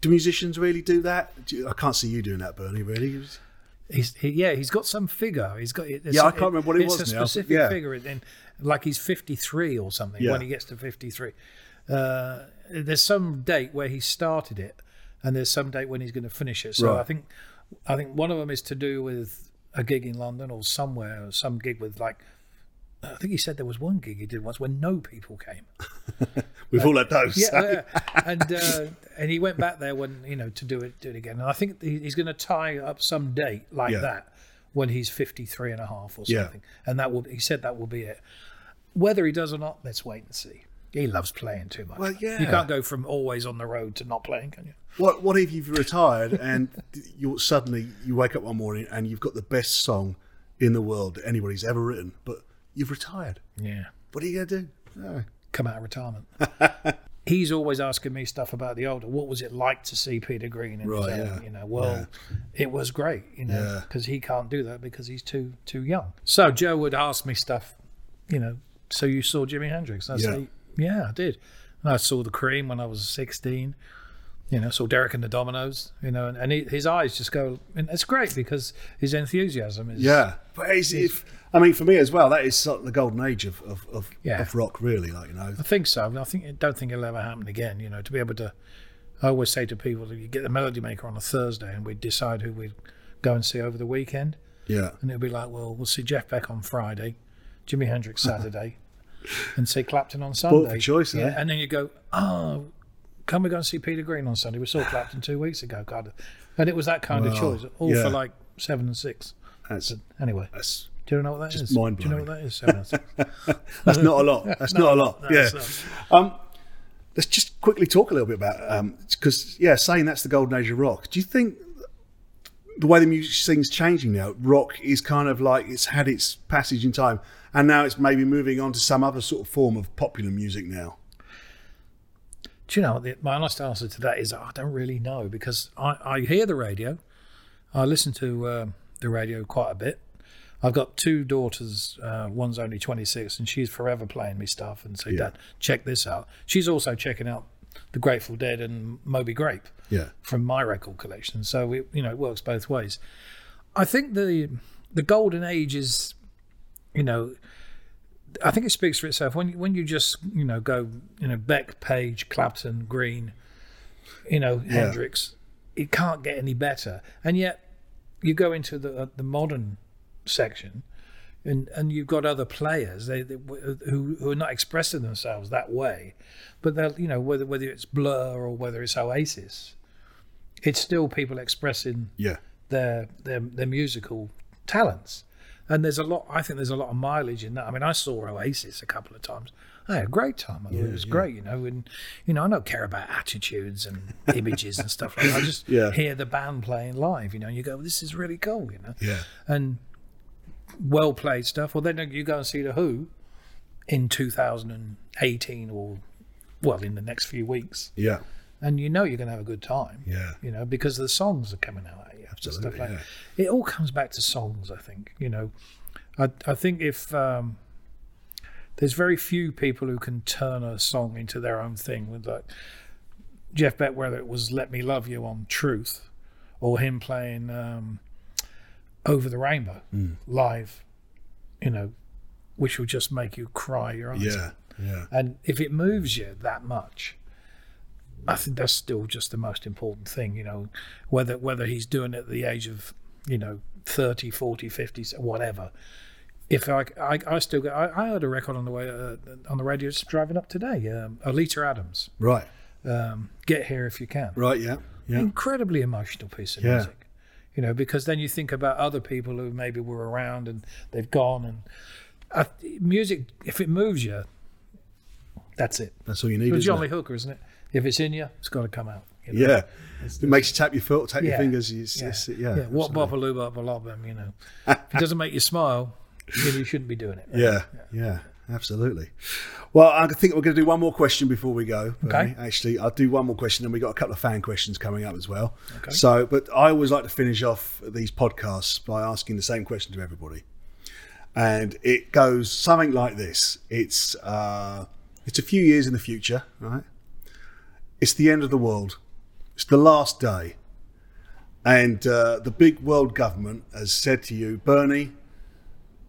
Speaker 2: do musicians really do that? Do you- I can't see you doing that, Bernie, really.
Speaker 1: He's, he, yeah, he's got some figure. He's got it's-
Speaker 2: Yeah, I can't remember what it
Speaker 1: it's
Speaker 2: was
Speaker 1: a
Speaker 2: now.
Speaker 1: specific
Speaker 2: Yeah.
Speaker 1: figure, and then like he's fifty three or something
Speaker 2: Yeah.
Speaker 1: when he gets to fifty three. Uh, there's some date where he started it, and there's some date when he's going to finish it. So
Speaker 2: Right.
Speaker 1: I think I think one of them is to do with a gig in London or somewhere, or some gig with like. I think he said there was one gig he did once when no people came.
Speaker 2: We've all had those.
Speaker 1: Yeah, uh, yeah. and uh, and he went back there when you know to do it do it again. And I think he- he's going to tie up some date like
Speaker 2: Yeah.
Speaker 1: that when he's 53 and a half or
Speaker 2: Yeah.
Speaker 1: something. And that will he said that will be it. Whether he does or not, let's wait and see. He loves playing too much.
Speaker 2: Well, yeah.
Speaker 1: You can't go from always on the road to not playing, can you?
Speaker 2: What What if you've retired and you suddenly you wake up one morning and you've got the best song in the world that anybody's ever written, but you've retired.
Speaker 1: Yeah.
Speaker 2: What are you going to do? No.
Speaker 1: Come out of
Speaker 2: (laughs)
Speaker 1: retirement. He's always asking me stuff about the older. What was it like to see Peter Green? And
Speaker 2: Right,
Speaker 1: uh,
Speaker 2: yeah.
Speaker 1: You know, well, it was great. You know,
Speaker 2: Yeah.
Speaker 1: because he can't do that because he's too too young. So Joe would ask me stuff. You know, so you saw Jimi Hendrix? And I
Speaker 2: Yeah.
Speaker 1: say, yeah, I did. And I saw the Cream when I was sixteen. You know, saw Derek and the Dominoes. You know, and, and he, his eyes just go. And it's great because his enthusiasm is.
Speaker 2: Yeah, but it's, if, I mean, for me as well, that is sort of the golden age of of, of,
Speaker 1: Yeah.
Speaker 2: of rock, really. Like you know,
Speaker 1: I think so. I think I don't think it'll ever happen again. You know, to be able to, I always say to people, you get the Melody Maker on a Thursday, and we decide who we go and see over the weekend,
Speaker 2: yeah,
Speaker 1: and it'll be like, well, we'll see Jeff Beck on Friday, Jimi Hendrix
Speaker 2: (laughs)
Speaker 1: Saturday, and see Clapton on Sunday.
Speaker 2: for choice, eh?
Speaker 1: And then you go, oh, can we go and see Peter Green on Sunday? We saw Clapton two weeks ago, God, and it was that kind of
Speaker 2: Wow.
Speaker 1: choice, all
Speaker 2: Yeah.
Speaker 1: for like seven and six.
Speaker 2: that's
Speaker 1: Anyway,
Speaker 2: that's,
Speaker 1: do you know what that is? Do you know what
Speaker 2: mind-blowing.
Speaker 1: that is? Seven and six.
Speaker 2: that's not a
Speaker 1: (laughs)
Speaker 2: lot. That's not a lot. yeah.
Speaker 1: it's not.
Speaker 2: Um, let's just quickly talk a little bit about because yeah, saying that's the golden age of rock. Do you think the way the music scene's changing now, rock is kind of like it's had its passage in time, and now it's maybe moving on to some other sort of form of popular music now?
Speaker 1: Do you know what? the- My honest answer to that is I don't really know because I, I hear the radio. I listen to um the radio quite a bit. I've got two daughters. Uh, one's only 26 and she's forever playing me stuff and say, Dad, check this out. She's also checking out The Grateful Dead and Moby Grape
Speaker 2: Yeah,
Speaker 1: from my record collection. So it, you know, it works both ways. I think the the golden age is, you know, I think it speaks for itself. When when you just you know go you know Beck, Page, Clapton, Green, you know Hendrix, it can't get any better. And yet you go into the uh, the modern section. And, and you've got other players they, they, who who are not expressing themselves that way, but they'll you know whether whether it's Blur or whether it's Oasis, it's still people expressing
Speaker 2: yeah,
Speaker 1: their their, their musical talents. And there's a lot. I think there's a lot of mileage in that. I mean, I saw Oasis a couple of times. I had a great time. I thought it was great, you know. And you know, I don't care about attitudes and images and stuff like that. I just
Speaker 2: Yeah.
Speaker 1: hear the band playing live, you know. And you go, "This is really cool," you know
Speaker 2: yeah,
Speaker 1: and well played stuff. Well, then you go and see the Who in 2018 or well in the next few weeks,
Speaker 2: yeah,
Speaker 1: and you know you're going to have a good time.
Speaker 2: Yeah.
Speaker 1: You know, because the songs are coming out at you.
Speaker 2: Absolutely,
Speaker 1: Stuff like It all comes back to songs, I think. You know, I, I think if um, there's very few people who can turn a song into their own thing with like Jeff Beck, whether it was Let Me Love You on Truth or him playing um, Over the Rainbow
Speaker 2: Hmm.
Speaker 1: live, you know, which will just make you cry your eyes
Speaker 2: yeah, yeah.
Speaker 1: and if it moves you that much, I think that's still just the most important thing, you know, whether whether he's doing it at the age of, you know, 30, 40, 50, whatever. If I, I, I still get, I, I heard a record on the way, uh, on the radio just driving up today, um, Alita Adams,
Speaker 2: Right,
Speaker 1: um, Get Here If You Can
Speaker 2: right, yeah, yeah,
Speaker 1: incredibly emotional piece of
Speaker 2: Yeah.
Speaker 1: music you know because then you think about other people who maybe were around and they've gone and I, music if it moves you that's it
Speaker 2: that's all you need.
Speaker 1: it's a
Speaker 2: Isn't
Speaker 1: Johnny
Speaker 2: it?
Speaker 1: Hooker isn't it if it's in you it's got to come out you know?
Speaker 2: Yeah, it makes you tap your foot, tap your
Speaker 1: Yeah.
Speaker 2: fingers. It's,
Speaker 1: Yeah.
Speaker 2: it's- yeah,
Speaker 1: yeah what bop a loo
Speaker 2: (laughs)
Speaker 1: bop a lob 'em, you know if it doesn't make you smile then you shouldn't be doing it right?
Speaker 2: Yeah, yeah, absolutely. Well, I think we're going to do one more question before we go. Bernie.
Speaker 1: Okay.
Speaker 2: Actually, I'll do one more question, and we got a couple of fan questions coming up as well. Okay. So, but I always like to finish off these podcasts by asking the same question to everybody, and it goes something like this: It's uh, it's a few years in the future, right? It's the end of the world. It's the last day. And uh, the big world government has said to you, Bernie,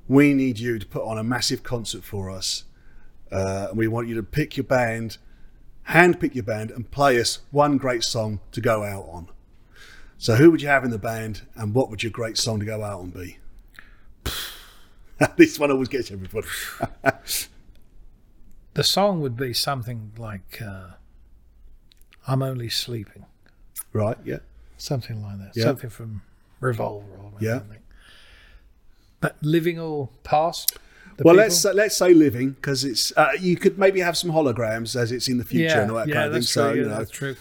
Speaker 2: we need you to put on a massive concert for us. Uh, and we want you to pick your band, hand pick your band, and play us one great song to go out on. So, who would you have in the band, and what would your great song to go out on be? (laughs) this one always gets everybody. (laughs)
Speaker 1: The song would be something like uh, "I'm Only Sleeping,"
Speaker 2: right? Yeah.
Speaker 1: something like that.
Speaker 2: Yeah.
Speaker 1: Something from Revolver or
Speaker 2: Yeah.
Speaker 1: something. But living all past. The
Speaker 2: Well,
Speaker 1: people?
Speaker 2: let's say, let's say living because it's uh, you could maybe have some holograms as it's in the future and all that kind of thing.
Speaker 1: that's
Speaker 2: so
Speaker 1: true,
Speaker 2: you
Speaker 1: yeah,
Speaker 2: know,
Speaker 1: that's true.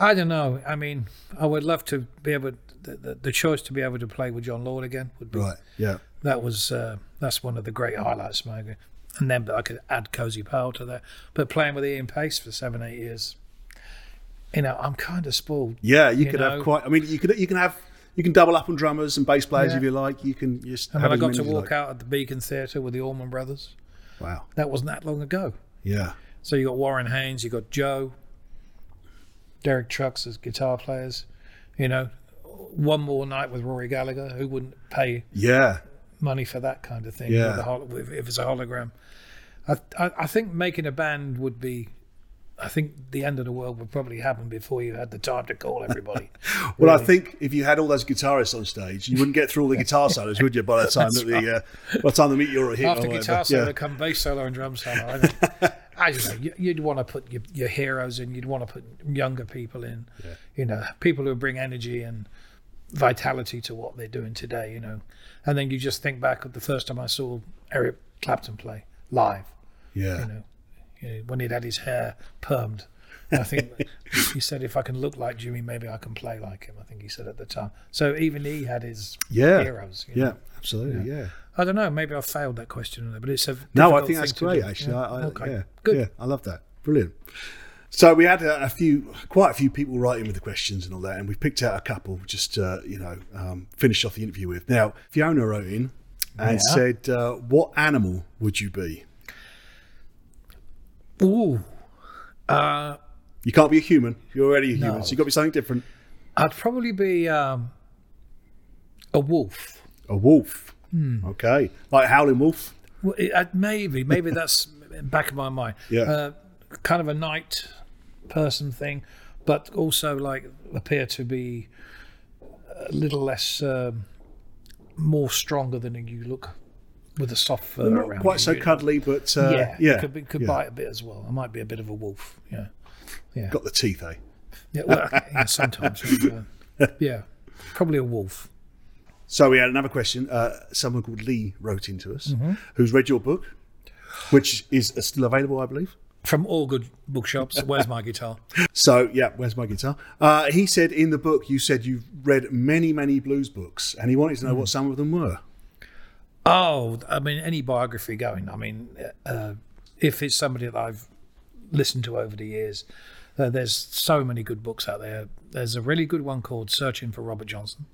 Speaker 1: I don't know. I mean, I would love to be able. The, the, the choice to be able to play with John Lord again would be
Speaker 2: right? Yeah,
Speaker 1: that was uh, that's one of the great highlights of my career. And then, but I could add Cozy Powell to that. But playing with Ian Pace for seven, eight years, you know, I'm kind of spoiled.
Speaker 2: yeah. You,
Speaker 1: You
Speaker 2: could have
Speaker 1: know-
Speaker 2: quite. I mean, you could you can have you can double up on drummers and bass players
Speaker 1: Yeah.
Speaker 2: if you like. You can just.
Speaker 1: And
Speaker 2: have
Speaker 1: when I
Speaker 2: as
Speaker 1: got
Speaker 2: many
Speaker 1: to
Speaker 2: as you
Speaker 1: walk
Speaker 2: like.
Speaker 1: out at the Beacon Theatre with the Allman Brothers,
Speaker 2: Wow.
Speaker 1: that wasn't that long ago.
Speaker 2: Yeah.
Speaker 1: So you got Warren Haynes, you got Joe, Derek Trucks as guitar players. You know, one more night with Rory Gallagher. Who wouldn't pay
Speaker 2: Yeah.
Speaker 1: money for that kind of thing?
Speaker 2: Yeah.
Speaker 1: with a hol- if if it's a hologram, I, I, I think making a band would be. I think the end of the world would probably happen before you had the time to call
Speaker 2: (laughs)
Speaker 1: everybody.
Speaker 2: Well, I think if you had all those guitarists on stage, you wouldn't get through all the
Speaker 1: (laughs)
Speaker 2: guitar solos, would you? By the time that the uh, by the time the meteor hit,
Speaker 1: After
Speaker 2: or whatever.
Speaker 1: guitar
Speaker 2: yeah.
Speaker 1: solo, come bass solo and drum solo. I, don't-
Speaker 2: (laughs)
Speaker 1: I don't know. You- You'd want to put your, your heroes in. You'd want to put younger people in. You know, people who bring energy and vitality to what they're doing today. You know, and then you just think back of the first time I saw Eric Clapton play live.
Speaker 2: yeah.
Speaker 1: You know, you know when he'd had his hair permed. And I think
Speaker 2: (laughs)
Speaker 1: he said, "If I can look like Jimmy, maybe I can play like him." I think he said at the time. So even he had his
Speaker 2: Yeah.
Speaker 1: heroes. you know.
Speaker 2: Yeah. Absolutely. Yeah.
Speaker 1: I don't know. Maybe I failed that question, but it's a
Speaker 2: No, I
Speaker 1: difficult
Speaker 2: think that's
Speaker 1: thing to
Speaker 2: great.
Speaker 1: do.
Speaker 2: Actually,
Speaker 1: Yeah.
Speaker 2: I, I,
Speaker 1: okay,
Speaker 2: yeah,
Speaker 1: good.
Speaker 2: Yeah, I love that. Brilliant. So we had a, a few, quite a few people writing with the questions and all that, and we picked out a couple just to, you know, um, finish off the interview with. Now Fiona wrote in and
Speaker 1: Yeah.
Speaker 2: said, uh, "What animal would you be?
Speaker 1: Ooh, uh,
Speaker 2: You can't be a human. You're already a human,
Speaker 1: No.
Speaker 2: so you got to be something different.
Speaker 1: I'd probably be um, a wolf.
Speaker 2: A wolf,
Speaker 1: Hmm.
Speaker 2: okay, like howling wolf.
Speaker 1: Well, it- uh, Maybe, maybe that's back of my mind.
Speaker 2: Yeah.
Speaker 1: Uh, kind of a night person thing, but also like appear to be a little less, um, more stronger than you look, with a soft fur
Speaker 2: Not
Speaker 1: around.
Speaker 2: quite
Speaker 1: you,
Speaker 2: so
Speaker 1: you know.
Speaker 2: cuddly, but uh,
Speaker 1: yeah,
Speaker 2: yeah, yeah,
Speaker 1: could, be, could bite a bit as well. I might be a bit of a wolf. Yeah,
Speaker 2: got the teeth, eh?
Speaker 1: yeah.
Speaker 2: (laughs)
Speaker 1: Well, yeah sometimes, uh, yeah, probably a wolf.
Speaker 2: So we had another question. Uh, someone called Lee wrote into us,
Speaker 1: Mm-hmm.
Speaker 2: who's read your book, which is uh, still available, I believe.
Speaker 1: from all good bookshops. Where's my guitar?
Speaker 2: So yeah, where's my guitar? Uh, he said in the book you said you've read many, many blues books, and he wanted to
Speaker 1: Hmm.
Speaker 2: know what some of them were.
Speaker 1: Oh, I mean, any biography going. I mean, uh, if it's somebody that I've listened to over the years, uh, there's so many good books out there. There's a really good one called Searching for Robert Johnson.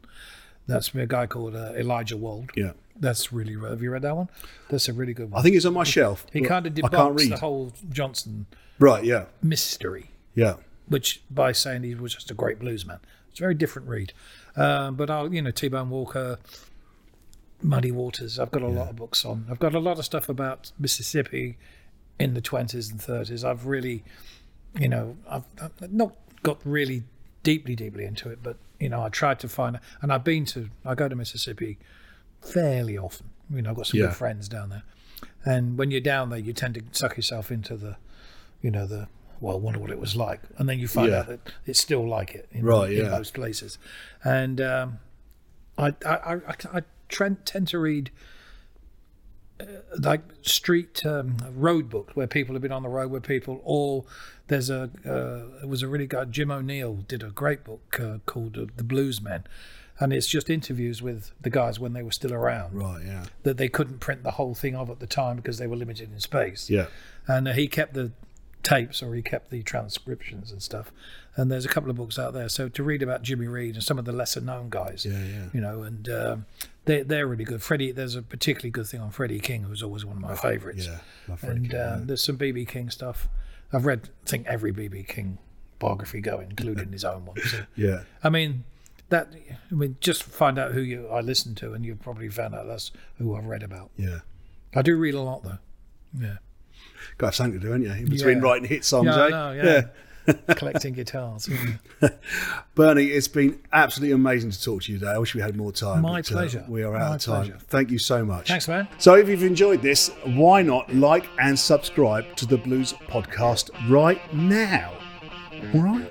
Speaker 1: That's by a guy called uh, Elijah Wald.
Speaker 2: Yeah,
Speaker 1: That's really. Have you read that one? That's a really good
Speaker 2: I
Speaker 1: one.
Speaker 2: think it's on my shelf.
Speaker 1: He
Speaker 2: but
Speaker 1: kind of
Speaker 2: I can't
Speaker 1: debunks
Speaker 2: read.
Speaker 1: the whole Johnson
Speaker 2: right? Yeah,
Speaker 1: mystery.
Speaker 2: yeah,
Speaker 1: which by saying he was just a great blues man. It's a very different read. Um, but I'll, you know, T Bone Walker, Muddy Waters, I've got a lot of books on. I've got a lot of stuff about Mississippi in the 20s and 30s. I've really, you know, I've, I've not got really deeply, deeply into it, but, you know, I tried to find, and I've been to, I go to Mississippi fairly often. You know, I've got some
Speaker 2: Yeah.
Speaker 1: good friends down there. And when you're down there, you tend to suck yourself into the, you know, the well, I wonder what it was like, and then you find
Speaker 2: Yeah.
Speaker 1: out that it's still like it in,
Speaker 2: Right,
Speaker 1: in
Speaker 2: yeah.
Speaker 1: most places. And um, I, I, I, I tren- tend to read like street um, road books where people have been on the road where people or there's a uh, it was a really good Jim O'Neill did a great book uh, called uh, The Blues Men, and it's just interviews with the guys when they were still around
Speaker 2: Right, yeah.
Speaker 1: that they couldn't print the whole thing of at the time because they were limited in space.
Speaker 2: Yeah.
Speaker 1: and uh, he kept the tapes or he kept the transcriptions and stuff. And there's a couple of books out there. So to read about Jimmy Reed and some of the lesser known guys,
Speaker 2: Yeah, yeah.
Speaker 1: you know, and um, they they're really good. Freddie, there's a particularly good thing on Freddie King, who's always one of my favourites.
Speaker 2: Oh, Yeah. Love Freddie
Speaker 1: and
Speaker 2: King,
Speaker 1: um, there's some BB King stuff. I've read, I think every BB King biography going, including his own one. So.
Speaker 2: Yeah.
Speaker 1: I mean, that. I mean, just find out who you I listen to, and you've probably found out that's who I've read about.
Speaker 2: Yeah.
Speaker 1: I do read a lot though. Yeah.
Speaker 2: Got to have something to do, haven't you? In between
Speaker 1: Yeah.
Speaker 2: writing hit songs,
Speaker 1: Yeah, I
Speaker 2: eh?
Speaker 1: know, yeah. collecting (laughs) guitars.
Speaker 2: Mm. Bernie, it's been absolutely amazing to talk to you today. I wish we had more time.
Speaker 1: My
Speaker 2: uh,
Speaker 1: pleasure.
Speaker 2: we are out
Speaker 1: My
Speaker 2: of time.
Speaker 1: pleasure.
Speaker 2: Thank you so much.
Speaker 1: Thanks, man.
Speaker 2: So, if you've enjoyed this, why not like and subscribe to the Blues Podcast right now? All right.